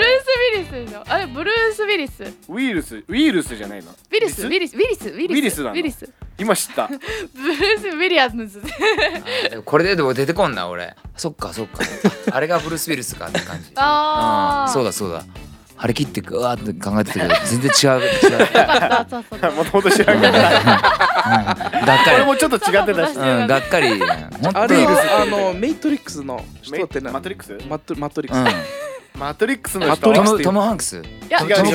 Speaker 1: ルー
Speaker 4: ス
Speaker 1: ス・ウィリスのあれブルース・ウィリスウ
Speaker 4: ウィールスウィールスじゃないのウ
Speaker 1: ィリスウィリスウィリスウィ
Speaker 4: ウィリスなの
Speaker 1: ウィリス
Speaker 4: 今知った
Speaker 1: ブルース・ウィリアム ズ
Speaker 2: でもこれででも出てこんな俺そっかそっかあれがブルース・ウィルスかって感じ
Speaker 1: あ
Speaker 2: うん
Speaker 1: あ
Speaker 2: そうだそうだ張り切ってぐわーって考えてたけど全然違う違う、
Speaker 5: よかったそうそう
Speaker 4: もともと知らん か
Speaker 2: う
Speaker 4: っ
Speaker 2: ん、がったか
Speaker 4: 俺
Speaker 2: り
Speaker 4: もちょっと違ってたし
Speaker 1: そ
Speaker 2: うん、がっかり本
Speaker 3: あ
Speaker 2: 当に
Speaker 3: れ
Speaker 2: うん
Speaker 3: あのメイトリックスの
Speaker 4: メ
Speaker 3: 人ってな
Speaker 4: マトリックス
Speaker 3: マトマトリックス、
Speaker 4: マトリックスの
Speaker 3: マ
Speaker 4: 人
Speaker 3: トリッ
Speaker 2: ト
Speaker 3: クス
Speaker 2: ムトム・ハンクス
Speaker 1: いや
Speaker 4: 違
Speaker 1: 違
Speaker 4: う
Speaker 1: う違う
Speaker 2: 違う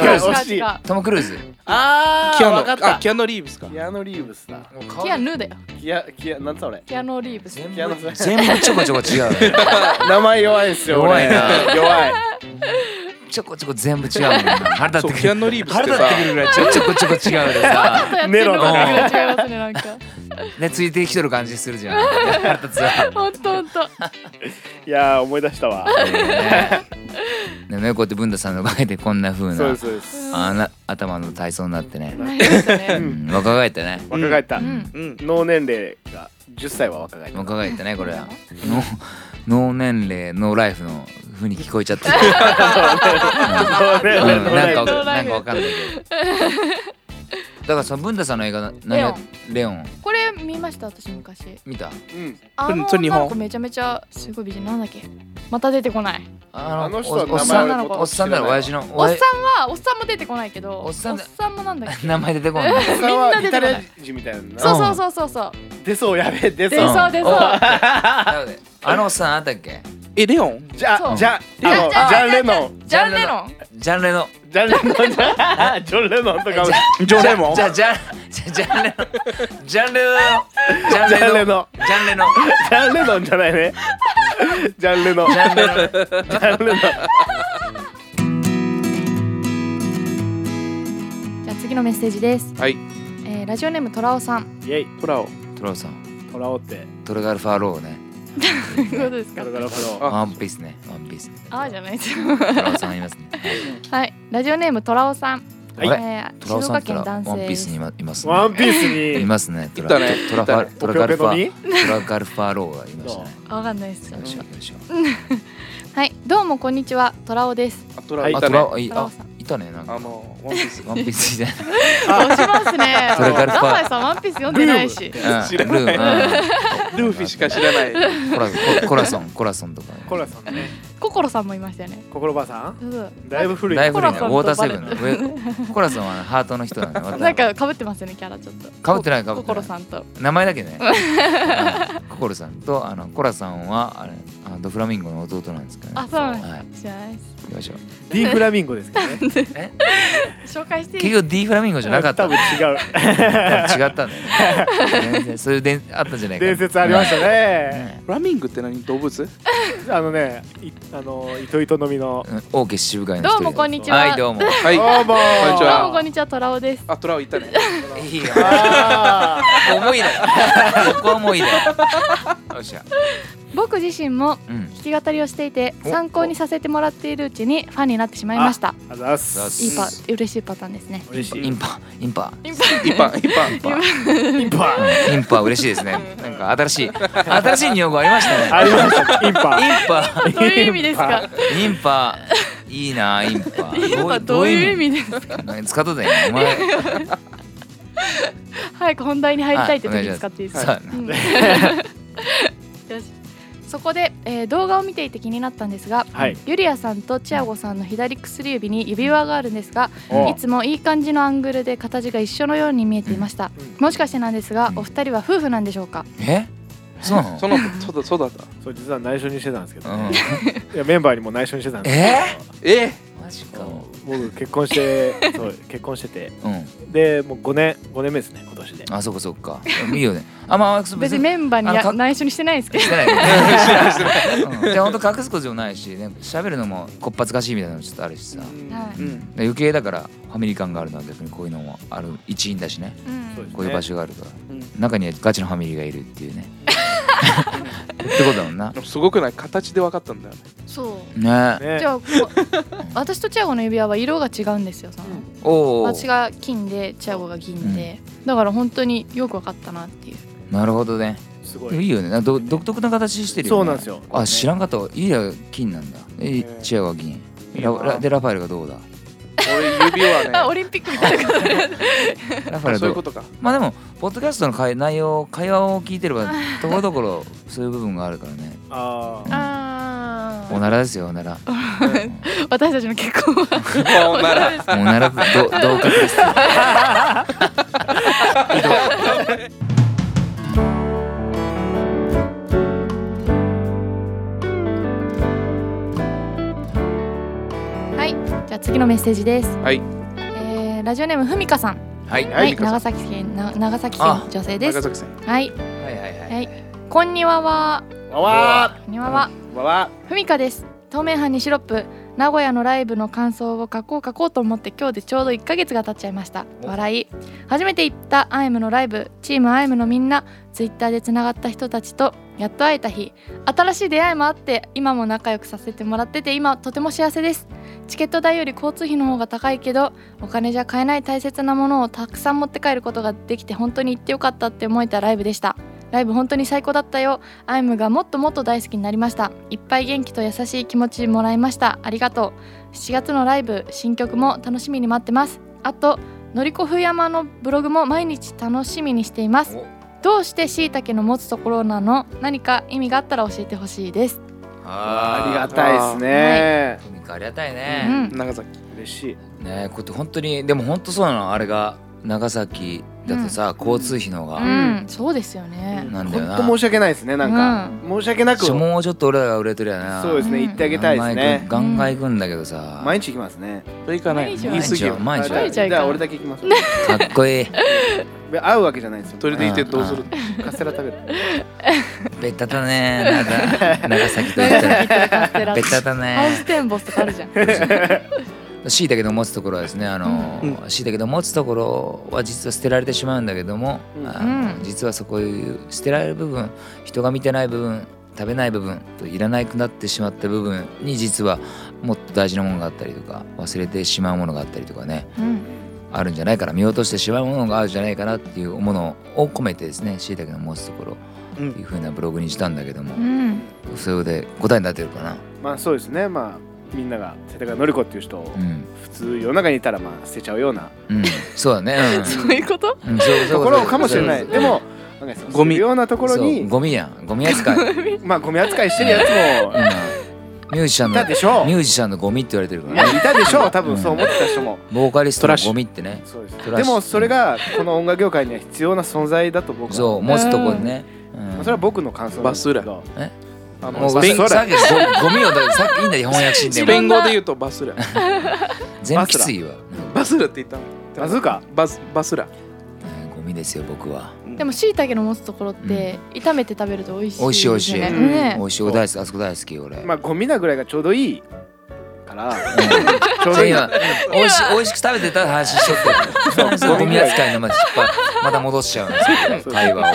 Speaker 1: 違う
Speaker 2: トム・クルーズ
Speaker 4: あ
Speaker 3: キア
Speaker 4: ー
Speaker 3: ノ
Speaker 4: 分かった
Speaker 3: あキアノリーブスか
Speaker 4: キアノ・リーブスだ
Speaker 1: キアヌだよ
Speaker 4: キアキアなんつっ た俺
Speaker 5: キアノリーブス
Speaker 2: 全部
Speaker 4: キアノさん
Speaker 2: 全部ちょこちょこ違うね
Speaker 4: 名前弱いんすよ
Speaker 2: 弱
Speaker 4: 俺
Speaker 2: いな
Speaker 4: 弱い
Speaker 2: ちょこちょこ全部違うもんな腹
Speaker 3: そう
Speaker 2: 立って
Speaker 3: キ
Speaker 2: く
Speaker 3: ア
Speaker 2: る
Speaker 3: ノリーブスっ
Speaker 2: 腹
Speaker 3: て
Speaker 2: 立
Speaker 3: さ
Speaker 2: ってくるぐらいちょちょこちょこ違うでさ
Speaker 1: やって
Speaker 4: ネ
Speaker 1: る
Speaker 4: ロ
Speaker 1: の
Speaker 4: だ
Speaker 1: が
Speaker 2: な
Speaker 1: 違いますね なんか
Speaker 2: ねついてきとる感じするじゃん腹立つわ
Speaker 1: ほんとほんと
Speaker 4: いやー思い出したわ
Speaker 2: ねでもねこうやって文太さんのおかげでこんな風
Speaker 4: そうで
Speaker 2: な
Speaker 4: すそうです
Speaker 2: あな頭の体操になってね、
Speaker 1: なりました
Speaker 2: う
Speaker 1: ね
Speaker 2: ん、若返ったね
Speaker 4: 若返った
Speaker 1: うん
Speaker 3: うん
Speaker 4: 脳年齢が10歳は若返 った
Speaker 2: 若返ったねこ れは脳脳年齢ノーライフの風に聞こえちゃったけど、うん、なん
Speaker 4: 脳年齢
Speaker 2: か
Speaker 4: の
Speaker 2: わなんかわかんないけどだからその文太さんの映画な何やレオン
Speaker 5: これ見ました私昔
Speaker 2: 見た
Speaker 4: うん
Speaker 5: あの
Speaker 3: それ日
Speaker 5: 女
Speaker 3: 本
Speaker 5: の子めちゃめちゃすごい美人なんだっけまた出てこない
Speaker 2: あ
Speaker 4: あの人
Speaker 2: お
Speaker 4: は
Speaker 2: おっさんな
Speaker 5: 名前
Speaker 2: の
Speaker 5: 俺
Speaker 2: おっさんなの親父の
Speaker 5: おっさ
Speaker 2: 親
Speaker 5: んはおっさんも出てこないけど
Speaker 2: おっさんだ
Speaker 5: もなんだっけ
Speaker 2: 名前出てこない
Speaker 4: おっさんはイタリ
Speaker 5: みんな
Speaker 4: ア
Speaker 5: 出
Speaker 4: 人みたいな
Speaker 5: そ
Speaker 4: な
Speaker 5: うそうそうそうそう
Speaker 4: 出そうやべえ出
Speaker 1: 出
Speaker 4: そう
Speaker 1: そう出そう
Speaker 2: あのおっさんあったっけ
Speaker 3: えレオン
Speaker 4: じゃ
Speaker 5: そう
Speaker 4: あじゃ
Speaker 2: レ
Speaker 4: あ
Speaker 2: オン
Speaker 4: あのジャン
Speaker 1: ジャン
Speaker 4: レノン
Speaker 1: レノン
Speaker 2: ジャンレの
Speaker 4: ジャンレノンじゃ ジョンレノンとか
Speaker 3: ジョレモン
Speaker 2: じゃあじゃあじゃあジャンレのジャン
Speaker 4: ジャ
Speaker 2: レ
Speaker 4: ンレ
Speaker 2: の
Speaker 4: ノン
Speaker 2: ジャンレの
Speaker 4: ジャンレノンじゃないねジャンレノン
Speaker 2: ジャンレの
Speaker 4: ジャンレノン
Speaker 5: じゃあ次のメッセージです、
Speaker 3: はい
Speaker 5: えーラジオネームとらおさん
Speaker 4: イェイ
Speaker 3: ほらを
Speaker 2: トラさん
Speaker 4: トラオって
Speaker 2: トラガルファローね
Speaker 5: どういうことです
Speaker 4: ガ
Speaker 5: か
Speaker 4: ラガラファロ
Speaker 3: あ
Speaker 2: ワンピースねワンピースね
Speaker 5: あーじゃないです
Speaker 2: トラさんいますね
Speaker 5: はいラジオネームとらおさん、
Speaker 4: はい
Speaker 2: はい
Speaker 5: えー
Speaker 2: トラ
Speaker 5: 静
Speaker 2: さん
Speaker 5: 岡
Speaker 2: った
Speaker 5: 県
Speaker 2: らワ
Speaker 5: 男
Speaker 2: ンピ
Speaker 5: 性で
Speaker 2: ースに
Speaker 5: す
Speaker 2: いまいます
Speaker 4: ーワンピース
Speaker 2: い
Speaker 4: に
Speaker 2: ますねトラ
Speaker 3: いたね
Speaker 2: トラファトラガルファトラガルファローがいましたね
Speaker 5: あわかんないです
Speaker 2: よいしょよいしょ
Speaker 5: はいどうもこんにちはとらおです
Speaker 3: あトラ
Speaker 4: は
Speaker 3: ウ
Speaker 4: い
Speaker 3: い
Speaker 2: あ
Speaker 3: たね
Speaker 2: トラいあいたねな
Speaker 3: あ
Speaker 2: んか
Speaker 3: のワンピース
Speaker 2: ワンピースみたいな
Speaker 5: 押しますね
Speaker 2: それから
Speaker 5: ザイさんワンピース読んでないし
Speaker 2: うん
Speaker 4: 知らな
Speaker 2: ルームう
Speaker 4: い
Speaker 2: ん
Speaker 3: ルーフィしか知らない
Speaker 2: コラココラソンコラソンとか
Speaker 4: コラさんね
Speaker 5: 心さんもいましたよね
Speaker 4: 心ばさん
Speaker 5: そうそう
Speaker 4: だいぶ古い
Speaker 2: ライブリーね
Speaker 5: コラソン
Speaker 2: ウォーター
Speaker 5: とバ
Speaker 2: セ
Speaker 5: レ
Speaker 2: ブンの上コラソンはハートの人なんで私
Speaker 5: なんか被ってますよねキャラちょっと
Speaker 2: 被ってない被ってない
Speaker 5: 心さんと
Speaker 2: 名前だけねうんココルさんとあのコラさんはあれあドフラミンゴの弟なんですけど
Speaker 5: あ
Speaker 2: ね
Speaker 5: そうなんです
Speaker 2: は
Speaker 5: 知らないです
Speaker 2: いよいしょ
Speaker 4: ディフラミンゴですけどね
Speaker 5: 紹介していい
Speaker 2: 結局 D フラミンゴじゃなかった
Speaker 4: 多分違う
Speaker 2: 多分違ったんだよね全然そういう伝あったんじゃないかな
Speaker 4: 伝説ありましたね
Speaker 2: ね
Speaker 3: フラミングって何動物
Speaker 4: あのね、いあの糸糸のみの。
Speaker 2: うん王家渋谷の一
Speaker 5: どう
Speaker 2: 人
Speaker 5: もこん
Speaker 2: に
Speaker 5: にちは、
Speaker 2: はいどうも
Speaker 3: はい
Speaker 4: どうも。こ
Speaker 3: んにちは
Speaker 5: どうもこんにちはトラオです
Speaker 3: あトラウいたね
Speaker 2: いいよ
Speaker 4: あ
Speaker 2: 重いだよそこは重いだよよっしゃ
Speaker 5: 僕自身も
Speaker 2: うん
Speaker 5: 弾き語りをしていて
Speaker 2: お
Speaker 5: 参考にさせてもらっているうちにファンになってしまいました
Speaker 4: ーあざっす。
Speaker 5: いいパ
Speaker 2: う
Speaker 5: 嬉しいパターンですね
Speaker 4: 嬉しい。
Speaker 2: インパインパ
Speaker 3: 一般一般
Speaker 2: インパ
Speaker 4: インパ。
Speaker 2: インパ嬉しいですね。なんか新しい新しい日本語ありましたね。
Speaker 4: ありました。インパ。
Speaker 2: インパ
Speaker 5: どういう意味ですか
Speaker 2: インパいいなインパ。
Speaker 5: 今どういう意味ですか
Speaker 2: 味？使っとったよね。お前
Speaker 5: 早く本題に入りたいって時
Speaker 2: はいお願いします
Speaker 5: に使っていいですか
Speaker 2: さ
Speaker 5: うんよ しそこで、えー動画を見ていて気になったんですが、
Speaker 4: はい
Speaker 5: ユリアさんとチアゴさんの左薬指に指輪があるんですが
Speaker 4: お
Speaker 5: いつもいい感じのアングルで形が一緒のように見えていました、
Speaker 4: うん
Speaker 5: もしかしてなんですが、
Speaker 2: うん
Speaker 5: お二人は夫婦なんでしょうか
Speaker 2: え？そうなの
Speaker 3: そのそうだそうだった
Speaker 4: それ実は内緒にしてたんですけど、
Speaker 2: うん
Speaker 4: いやメンバーにも内緒にしてたんです
Speaker 2: えマジ
Speaker 4: け
Speaker 2: か
Speaker 4: ど、僕結婚してそう結婚してて
Speaker 2: うん
Speaker 4: でもう5年5年目ですね今年で
Speaker 2: あそっかそっかいいよねあまあ
Speaker 5: 別にメンバーに
Speaker 2: あの
Speaker 5: や
Speaker 2: か
Speaker 5: 内緒にしてないですけど
Speaker 2: してないよ ねうんで本当隠すこともないしね喋るのもこっぱずかしいみたいなのもちょっとあるしさ
Speaker 3: うん
Speaker 5: はい
Speaker 3: うん
Speaker 2: で余計だからファミリー感があるのは逆にこういうのもある一員だしね
Speaker 4: そうです
Speaker 2: こういう場所があるから
Speaker 3: うん
Speaker 2: 中にはガチのファミリーがいるって いうねってことだもんな
Speaker 3: でもすごくない形で分かったんだよね
Speaker 5: そう
Speaker 2: ね
Speaker 4: ね
Speaker 5: じゃあこう私とチアゴの指輪は色が違うんですよその
Speaker 2: おお
Speaker 5: 私が金でチアゴが銀で、だから本当によく分かったなっていう
Speaker 2: なるほどね
Speaker 4: すご
Speaker 2: い
Speaker 4: い
Speaker 2: いよねなんかど独特な形してるよね
Speaker 4: そうなんですよ
Speaker 2: あ知らんかったわイラ金なんだえ
Speaker 3: ね
Speaker 2: チアゴは銀
Speaker 4: いい
Speaker 2: ラ
Speaker 4: な
Speaker 2: ラでラファエルがどうだ
Speaker 3: 俺指
Speaker 5: あ
Speaker 3: は
Speaker 5: オ
Speaker 3: ね
Speaker 5: リンピックみたいな感じ
Speaker 2: ラファエ
Speaker 3: あ
Speaker 2: ル
Speaker 3: そうい
Speaker 2: ど
Speaker 3: う
Speaker 2: う
Speaker 3: こと か
Speaker 2: まあでもポッドキャストの会内容会話を聞いて ればところどころそういう部分があるからね
Speaker 4: あー
Speaker 5: あ
Speaker 2: おならですよおなら
Speaker 5: 私たちの結婚は
Speaker 3: もうなら
Speaker 2: おな らど同格ですよ
Speaker 5: はいじゃあ次のメッセージです
Speaker 3: はい
Speaker 5: えーラジオネームふみかさん
Speaker 2: はいは
Speaker 3: はい
Speaker 5: はい
Speaker 3: み
Speaker 5: い
Speaker 3: かさん
Speaker 5: 長崎県な長崎
Speaker 2: あ
Speaker 5: 県女性で
Speaker 3: 長
Speaker 5: す
Speaker 3: 崎さん
Speaker 5: はい
Speaker 2: はいはい
Speaker 5: はいこんにわは
Speaker 4: わわ
Speaker 5: こんにわは
Speaker 4: ーわわ
Speaker 5: ふみかです透明版にシロップ名古屋のライブの感想を書こう書こうと思って今日でちょうど1ヶ月が経っちゃいました
Speaker 2: お
Speaker 5: 笑い初めて行ったアイムのライブチームアイムのみんなツイッターでつながった人たちとやっと会えた日新しい出会いもあって今も仲良くさせてもらってて今とても幸せですチケット代より交通費の方が高いけどお金じゃ買えない大切なものをたくさん持って帰ることができて本当に行ってよかったって思えたライブでしたライブ本当に最高だったよアイムがもっともっと大好きになりましたいっぱい元気と優しい気持ちもらいましたありがとう7月のライブ新曲も楽しみに待ってますあとのりこふ山のブログも毎日楽しみにしていますどうしてしいたけの持つところなの何か意味があったら教えてほしいです
Speaker 4: ありが
Speaker 2: と
Speaker 4: たいですね
Speaker 2: うありがたいうね
Speaker 5: ん
Speaker 3: 長崎
Speaker 4: 嬉しい
Speaker 2: ねえこうやって本当にでも本当そうなのあれが長崎だとさ交通費の方
Speaker 5: う
Speaker 2: が
Speaker 5: ん、そうですよね、
Speaker 2: なんだよ
Speaker 4: 本
Speaker 2: な
Speaker 4: 当申し訳ないですねなんか申し訳なく
Speaker 2: ちょ
Speaker 4: そ
Speaker 2: もうちょっと俺らが売れてるやな
Speaker 4: うですね
Speaker 5: うん
Speaker 4: 言ってあげたいですね
Speaker 2: ガンガン行くんだけどさ
Speaker 4: 毎日行きますね
Speaker 3: それいかない
Speaker 5: 毎日は
Speaker 3: 言い過ぎよ
Speaker 2: 毎日
Speaker 4: あ
Speaker 2: は
Speaker 4: じゃあじゃあ俺だけ行きます
Speaker 2: かっこい い
Speaker 4: で会うわけじゃないんですよ
Speaker 3: それでいてどうする
Speaker 4: カステラ食べる
Speaker 2: ベタだねなんか長崎と言 ったら
Speaker 5: カステラ
Speaker 2: ベタだ
Speaker 5: ハウス
Speaker 2: ね
Speaker 5: テンボスとかあるじゃん
Speaker 2: しいたけの持つところはですねあのしいたけの持つところは実は捨てられてしまうんだけども、
Speaker 3: うん
Speaker 2: あの実はそこいう捨てられる部分人が見てない部分食べない部分といらなくなってしまった部分に実はもっと大事なものがあったりとか忘れてしまうものがあったりとかね
Speaker 5: うん
Speaker 2: あるんじゃないかな見落としてしまうものがあるんじゃないかなっていうものを込めてですねしいたけの持つところ
Speaker 3: うん
Speaker 2: っていうふうなブログにしたんだけども、
Speaker 5: うん
Speaker 2: それで答えになってるかな。
Speaker 4: まあそうですねまあみんなが世田谷のりこっていう人を
Speaker 2: うん
Speaker 4: 普通世の中にいたらまあ捨てちゃうような
Speaker 2: うん、そうだね。うん
Speaker 5: そういうこと
Speaker 2: うん、そうそうそう
Speaker 4: ところかもしれない
Speaker 2: そう
Speaker 4: でもなんかそう
Speaker 3: ゴミ
Speaker 4: 捨てるようなところ
Speaker 2: そう
Speaker 4: に
Speaker 2: ゴミやんゴミ扱い、うん、ミ
Speaker 4: まあゴミ扱いしてるやつも
Speaker 2: ュージシャン
Speaker 4: い
Speaker 2: の
Speaker 4: たでしょう
Speaker 2: ミュージシャンのゴミって言われてるか
Speaker 4: まあ
Speaker 2: らね
Speaker 4: いたでしょう多分そう思ってた人も
Speaker 2: ボーカリスト
Speaker 3: トラ
Speaker 2: の
Speaker 3: ッシュ
Speaker 2: ゴミってね
Speaker 4: そうです
Speaker 2: トラッシュ
Speaker 4: でもそれがこの音楽業界には必要な存在だと僕は
Speaker 2: そう持つとこでね、
Speaker 4: ま
Speaker 2: うん、
Speaker 4: あそれは僕の感想なんですけど
Speaker 2: スラえ
Speaker 4: あ
Speaker 2: も
Speaker 4: の
Speaker 2: うさ
Speaker 4: さっ
Speaker 2: っ
Speaker 4: き
Speaker 2: き
Speaker 4: さ
Speaker 2: さ
Speaker 4: っ
Speaker 2: っきゴゴミをださっきいいんだよ翻訳しん
Speaker 3: ス
Speaker 2: で
Speaker 3: ペイ
Speaker 2: も
Speaker 3: ン語で言うとバスラ
Speaker 2: 全部きついわ、
Speaker 3: バスラって言った
Speaker 4: きバズーカ
Speaker 3: バスバスラ
Speaker 2: うんゴミですよ僕は
Speaker 5: でもしいたけの持つところって炒めて食べると美味しい
Speaker 2: 美味しい美味しい
Speaker 5: ですよ
Speaker 3: うん
Speaker 5: ね
Speaker 2: 美味しいお大好きあそこ大好き俺、
Speaker 4: まあゴミなぐらいがちょうどいいからちょう
Speaker 2: そ
Speaker 4: ど
Speaker 2: う
Speaker 4: いい
Speaker 2: 今美味し美味しく食べてた話しとってそうゴミ扱いのまず引っ張また戻しちゃうんですよ会話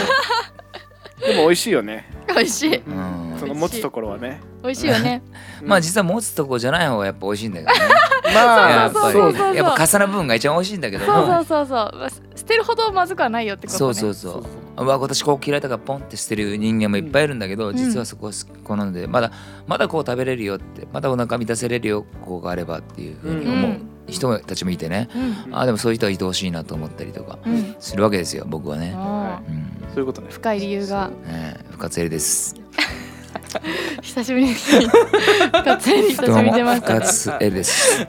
Speaker 2: を、
Speaker 4: でも美味しいよね
Speaker 5: 美味しい
Speaker 2: うん、
Speaker 4: その持つところはね
Speaker 5: 美味しいよね
Speaker 2: まあ実は持つとこじゃない方がやっぱ美味しいんだけどね
Speaker 4: ま
Speaker 2: や
Speaker 4: あ
Speaker 2: っ
Speaker 5: そ
Speaker 2: ぱ
Speaker 5: うそう
Speaker 2: り
Speaker 5: そうそう
Speaker 2: やっぱ重なる部分が一番美味しいんだけど
Speaker 5: そうそ
Speaker 2: も
Speaker 5: うそうそうまあ捨てるほどまずくはないよってことね
Speaker 2: そうそうそううわ私こう嫌いだからポンって捨てる人間もいっぱいいるんだけど、実はそこ好んでまだまだこう食べれるよってまだお腹満たせれるよこうがあればっていうふうに思う、人たちもいてね、
Speaker 5: うん
Speaker 2: あでもそういう人はいてほしいなと思ったりとか
Speaker 5: うんうん
Speaker 2: するわけですよ僕はね、
Speaker 5: あ
Speaker 2: うん
Speaker 3: そういうことね
Speaker 5: ー深い理由が
Speaker 2: ねえ深津絵里です
Speaker 5: 久しぶりに がっつり久しぶりに出まし
Speaker 2: 深
Speaker 5: たね
Speaker 2: 津絵里です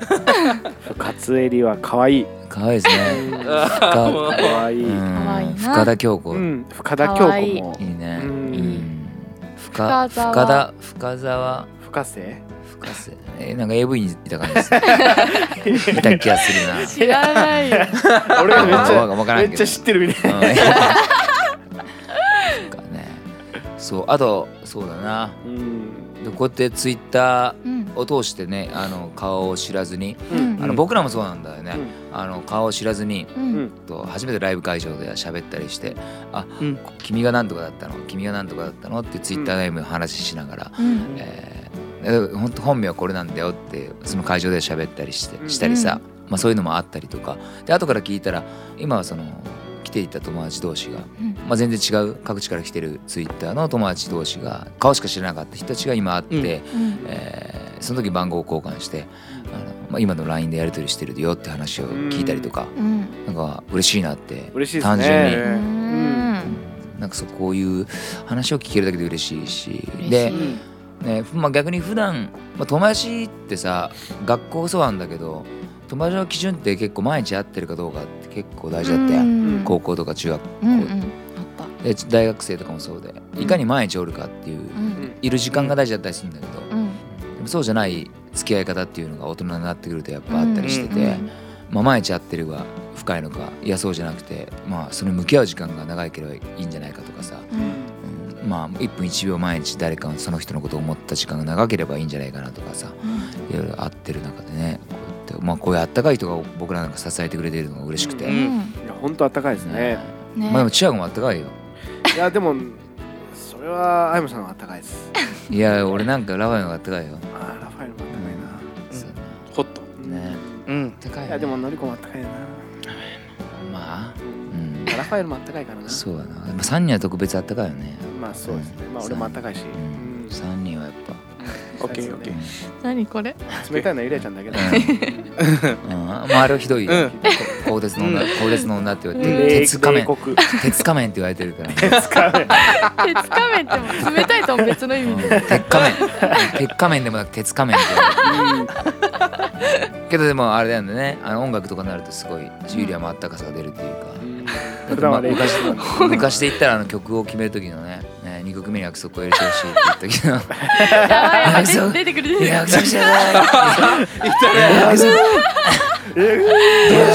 Speaker 4: カツエリは可愛い
Speaker 2: 可愛いです ね
Speaker 3: あーもう
Speaker 4: 可愛い
Speaker 2: うん
Speaker 5: 可愛いな
Speaker 2: 深田恭子、
Speaker 4: うん深田恭子
Speaker 5: 可愛い
Speaker 4: も
Speaker 2: いいね、
Speaker 4: うん
Speaker 2: うん深
Speaker 5: 深澤
Speaker 2: 深田深沢
Speaker 4: 深瀬
Speaker 2: 深瀬えーなんか AV にいた感じですねいた気がするな
Speaker 1: 知らないよ。
Speaker 4: 俺がめっち
Speaker 2: わわか
Speaker 4: ゃ
Speaker 2: らん
Speaker 4: め
Speaker 2: けど
Speaker 4: っちゃ知ってるみたい
Speaker 2: うん なんかねそうあとそうだな
Speaker 4: うん
Speaker 2: でこうやってツイッタ
Speaker 5: うん
Speaker 2: ーを通してねあの顔を知らずに、
Speaker 5: うん
Speaker 2: あの僕らもそうなんだよね、
Speaker 4: う
Speaker 2: あの顔を知らずに
Speaker 5: う
Speaker 4: うんん
Speaker 2: と初めてライブ会場で喋ったりして「あ、
Speaker 3: うん
Speaker 2: 君が何とかだったの君が何とかだったの?」ってツイッターライブの話しながら
Speaker 5: うん
Speaker 2: 「えーえ本当本名はこれなんだよ」ってその会場で喋ったりして
Speaker 4: うん
Speaker 2: したりさ、まあ、そういうのもあったりとかで後から聞いたら今はその来ていた友達同士が、
Speaker 5: うん
Speaker 2: まあ、全然違う各地から来てるツイッターの友達同士が顔しか知らなかった人たちが今会って。
Speaker 3: うん
Speaker 5: うん
Speaker 2: えーその時番号交換してあの、まあ、今の LINE でやり取りしてるよって話を聞いたりとか、
Speaker 5: うん
Speaker 2: なんか嬉しいなって
Speaker 4: 嬉しいですね
Speaker 2: 単純に
Speaker 5: う
Speaker 4: うん
Speaker 5: ん
Speaker 2: なんかそうこういう話を聞けるだけで嬉しいし
Speaker 5: 嬉
Speaker 2: で
Speaker 5: し、い
Speaker 2: ねまあ、逆に普段、まあ、友達ってさ学校そうなんだけど友達の基準って結構毎日会ってるかどうかって結構大事だったや
Speaker 5: うんん
Speaker 2: 高校とか中学
Speaker 5: うんうんあった
Speaker 2: で大学生とかもそうでいかに毎日おるかっていう、
Speaker 5: うん
Speaker 2: いる時間が大事だったりするんだけど、
Speaker 5: うん
Speaker 2: でもそうじゃない付き合い方っていうのが大人になってくるとやっぱあったりしてて、
Speaker 5: うんうん
Speaker 2: まあ、毎日会ってるが深いのかいやそうじゃなくて、まあ、それ向き合う時間が長いければいいんじゃないかとかさ、うんまあ、1分1秒毎日誰かのその人のことを思った時間が長ければいいんじゃないかなとかさいろいろ会ってる中でねこうやって、まあ、こういうあったかい人が僕らなんか支えてくれてるのが嬉しくて、
Speaker 3: う
Speaker 5: う
Speaker 3: うん
Speaker 5: ん
Speaker 4: いや本当あったかいですね
Speaker 5: ね
Speaker 2: まあ、でもチアゴもあったかいよ
Speaker 4: いやでもそれはあやむさんはあったかいです
Speaker 2: いや俺なんかラファエルの方があったかいよ、
Speaker 4: あーラファエルもあったかいな
Speaker 2: そう
Speaker 3: ホット。
Speaker 2: ね
Speaker 3: うん
Speaker 2: あ。ったかい,、
Speaker 4: いやでものりこもあったかいな
Speaker 2: まあ
Speaker 4: うん
Speaker 2: うん
Speaker 4: ラファエルもあったかいからな
Speaker 2: そうだな、まあ、3人は特別あったかいよね
Speaker 4: まあそうですねまあ
Speaker 2: そう
Speaker 4: 俺もあったかいし
Speaker 2: うん3人はやっぱ、
Speaker 3: オッケーオッケー。
Speaker 1: 何これ？
Speaker 4: 冷たいのはゆりあちゃんだけだ
Speaker 2: うん、うんまああれはひどいよ、
Speaker 3: うん
Speaker 2: こ鋼鉄の女鋼鉄の女って言われ
Speaker 1: うん
Speaker 2: て鉄仮面
Speaker 4: 冷酷
Speaker 2: 鉄仮面って言われてるから、ね、
Speaker 4: 鉄仮面
Speaker 1: 手つかめても冷たいとも別の意
Speaker 2: うん
Speaker 1: 味で。
Speaker 2: 鉄 仮面鉄仮面でもなく鉄仮面って言われてるけどでもあれだよねあの音楽とかになるとすごいジュリアもあったかさが出るっていうか、
Speaker 4: 普段はね
Speaker 2: まあ昔昔で言ったらあの曲を決める時のねね2曲目に約束を入れてほしいって言った時の
Speaker 1: やばいやばい
Speaker 2: あそう
Speaker 1: 出てくる
Speaker 2: 「い
Speaker 1: 出
Speaker 2: や
Speaker 1: て
Speaker 2: 約束してない!」約束
Speaker 1: くる。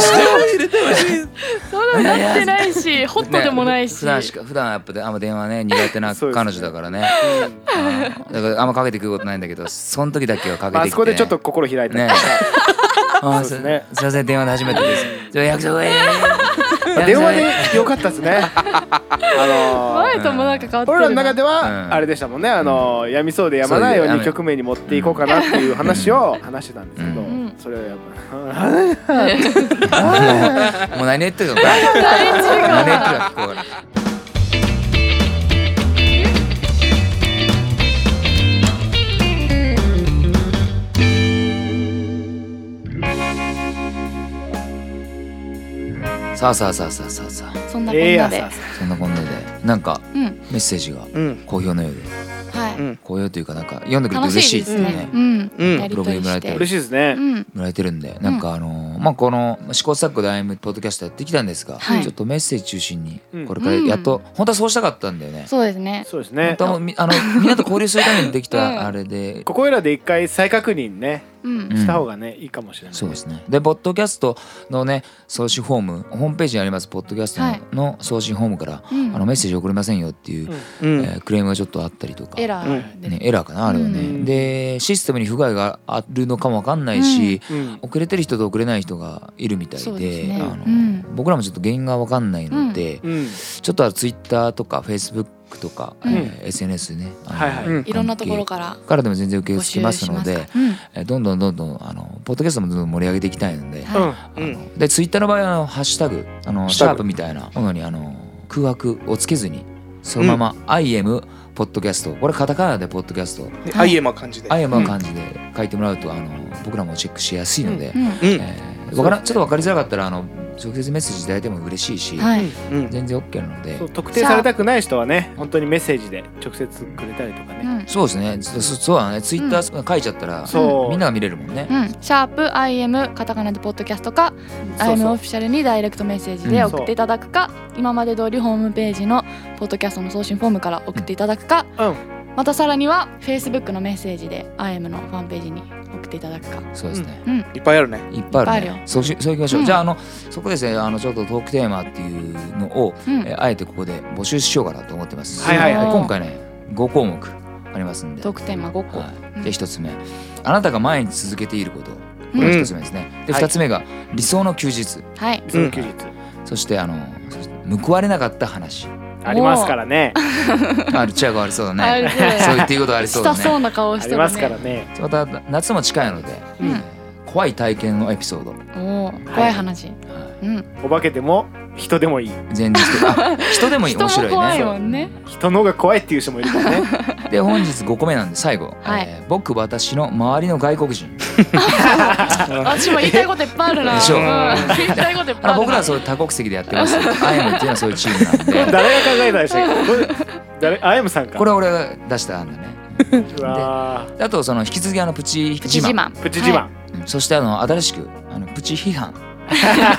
Speaker 1: なってないし、ホットでもない
Speaker 2: ね
Speaker 1: し。
Speaker 2: 普段しか普段やっぱあんま電話ね苦手な
Speaker 4: そうですね
Speaker 2: 彼女だからねうんだからあんまかけてくることないんだけどその時だけはかけ
Speaker 4: まあ
Speaker 2: てきて、
Speaker 4: あそこでちょっと心開いた
Speaker 2: ねあー
Speaker 4: そうですすね
Speaker 2: すいません電話で初めてですじゃあ約束えー
Speaker 4: 電話でよかったですねあのー
Speaker 1: 前ともなんか変わってる
Speaker 4: 俺
Speaker 1: な。
Speaker 4: らの中で
Speaker 2: うん
Speaker 4: はあれでしたもんねあのーやみそうでやまないよう
Speaker 2: そう
Speaker 4: に
Speaker 2: いう
Speaker 4: 局面に持っていこうかなっていう話を話してたんですけど
Speaker 2: うん
Speaker 4: それはやっ
Speaker 2: もう何言ってるか分からない
Speaker 1: 大事が
Speaker 2: 何言ってるか聞こえないさあさあさあさあさあさあ
Speaker 5: そんな
Speaker 4: ぱ
Speaker 5: こ
Speaker 4: ええ
Speaker 5: んな
Speaker 4: や
Speaker 5: で
Speaker 4: さ
Speaker 2: そんなこんなでなんか
Speaker 5: うん
Speaker 2: メッセージが
Speaker 3: うん。
Speaker 2: 好評のようで
Speaker 5: はい
Speaker 3: うん
Speaker 2: 好評というかなんか読んでくれて
Speaker 5: 楽
Speaker 2: 嬉
Speaker 5: し
Speaker 2: し
Speaker 5: い
Speaker 2: い
Speaker 5: で
Speaker 2: ですす
Speaker 5: ね
Speaker 2: ね。
Speaker 5: うん
Speaker 3: うん
Speaker 5: やり
Speaker 2: プ
Speaker 5: とりし
Speaker 2: ロフィールもらえ
Speaker 5: て
Speaker 2: て
Speaker 4: 嬉しいですね
Speaker 5: うん
Speaker 2: もらえてるんでなんかあのーまあこの試行錯誤で歩むポッドキャストやってきたんですが、
Speaker 5: はい
Speaker 2: ちょっとメッセージ中心に
Speaker 4: うん
Speaker 2: これからやっと、本当はそうしたかったんだよね。
Speaker 5: そうですね
Speaker 4: そうです
Speaker 2: 本
Speaker 4: ね
Speaker 2: 当はもうみ あのみんなと交流するためにでき
Speaker 5: うん
Speaker 2: たあれで、
Speaker 4: ここいらで一回再確認ね
Speaker 5: うん
Speaker 2: うん
Speaker 4: した方がねいいかもしれない
Speaker 2: そうですねでポッドキャストのね送信フォームホームページにありますポッドキャストの,、
Speaker 5: はい
Speaker 2: 送信フォームから、
Speaker 5: うん
Speaker 2: あのメッセージ送れませんよっていう、
Speaker 3: う
Speaker 2: え
Speaker 3: ん。
Speaker 2: ークレームがちょっとあったりとか
Speaker 5: エラーで
Speaker 2: ね、エラーかなあれはね、
Speaker 5: うん
Speaker 2: でシステムに不具合があるのかもわかんないし、
Speaker 4: うん
Speaker 2: 遅れてる人と遅れない人がいるみたい
Speaker 5: そう
Speaker 2: で
Speaker 5: ですね
Speaker 2: あの
Speaker 5: うん
Speaker 2: 僕らもちょっと原因が分かんないので、
Speaker 4: うん
Speaker 2: ちょっとツイッターとかフェイスブックとか、
Speaker 5: うん
Speaker 2: えー SNS ね、あの
Speaker 4: はいはい
Speaker 3: うん
Speaker 5: いろんなところから
Speaker 2: からでも全然受け
Speaker 5: 募
Speaker 2: 付け
Speaker 5: 集し
Speaker 2: ま
Speaker 5: ますす
Speaker 2: の
Speaker 5: か
Speaker 2: で
Speaker 5: ら、うん
Speaker 2: えーどんどんどんどんあのポッドキャストもどんどん盛り上げていきたいので、
Speaker 5: は
Speaker 4: うん
Speaker 2: あ
Speaker 3: う
Speaker 2: のでツイッターの場合はあのハッシュタグあの
Speaker 3: ッシュ
Speaker 2: シ
Speaker 3: タグ
Speaker 2: ャープみたいなものにあの空白をつけずにそのまま「IM ポッドキャスト」これカタカナでポッドキャスト
Speaker 3: でアイエマ感じで。
Speaker 2: 「IM」は漢字で書いてもらうとあの僕らもチェックしやすいので、
Speaker 5: うん
Speaker 3: うん。
Speaker 2: えーわからんちょっと分かりづらかったらあの直接メッセージいただいても嬉しいし、
Speaker 5: はい
Speaker 3: うん。
Speaker 2: 全然 OK なので
Speaker 4: そう特定されたくない人はね本当にメッセージで直接くれたりとか
Speaker 5: う
Speaker 4: ね
Speaker 5: ん
Speaker 2: そうですねそそそうだねツイッター書いちゃったら、
Speaker 4: そう
Speaker 2: みんなが見れるもんね、
Speaker 5: うん、シャープ IM カタカナでポッドキャストか
Speaker 4: そう
Speaker 5: IM オフィシャルにダイレクトメッセージで送っていただくか、今まで通りホームページのポッドキャストの送信フォームから送っていただくか、
Speaker 4: うん
Speaker 5: またさらには Facebook のメッセージで IM のファンページに送っていただくか
Speaker 2: そうですね、
Speaker 3: いっぱいあるね
Speaker 2: いっぱいある
Speaker 5: いっぱいある
Speaker 2: ね
Speaker 5: よ
Speaker 2: そうしそういきましょう、
Speaker 5: うん
Speaker 2: じゃああのそこですねあのちょっとトークテーマっていうのを、
Speaker 5: うん
Speaker 2: えーあえてここで募集しようかなと思ってます、
Speaker 4: はいはいはい
Speaker 2: 今回ね5項目ありますんで
Speaker 5: トークテーマ5個、
Speaker 2: はい、で1つ目あなたが毎日続けていることこれが1つ目ですね、で
Speaker 4: はい
Speaker 2: 2つ目が理想の休日
Speaker 5: はい
Speaker 4: その休日
Speaker 2: そしてあのそして報われなかった話
Speaker 4: ありますからね
Speaker 2: あるっちゃがありそうだね
Speaker 5: るね
Speaker 2: そう言っていうことありそ
Speaker 5: し
Speaker 2: うだ
Speaker 5: た
Speaker 2: ね
Speaker 5: そうな顔をし
Speaker 4: あ
Speaker 5: て
Speaker 4: り
Speaker 5: るね
Speaker 4: ますからね
Speaker 2: また夏も近いので、
Speaker 5: うん
Speaker 2: えー怖い体験のエピソード、は
Speaker 5: おー怖い話、
Speaker 2: い
Speaker 5: うん
Speaker 4: お化けでも人でもいい
Speaker 2: 前日と か人でもいい面
Speaker 5: 人も
Speaker 2: 白いね
Speaker 5: 怖いもんね
Speaker 4: 人の方が怖いっていう人もいるからね
Speaker 2: で本日5個目なんで最後、
Speaker 5: はい
Speaker 2: えー僕私の周りの外国人
Speaker 5: 私も言いたいこといっぱいあるな
Speaker 2: でしょ
Speaker 5: うん言いたいこといっぱい
Speaker 2: あ
Speaker 5: あ
Speaker 2: の
Speaker 5: る
Speaker 2: 僕らはそういう多国籍でやってます アイムっていうのはそういうチームなん
Speaker 4: 誰
Speaker 2: で
Speaker 4: が考えたでしたっけこれ誰あやむさんか
Speaker 2: これは俺が出した案だね
Speaker 4: うわー
Speaker 2: あとその引き続きあのプチ
Speaker 5: プチ自慢
Speaker 4: プチ自
Speaker 2: う
Speaker 4: 慢、
Speaker 2: んそしてあの新しくあのプチ批 判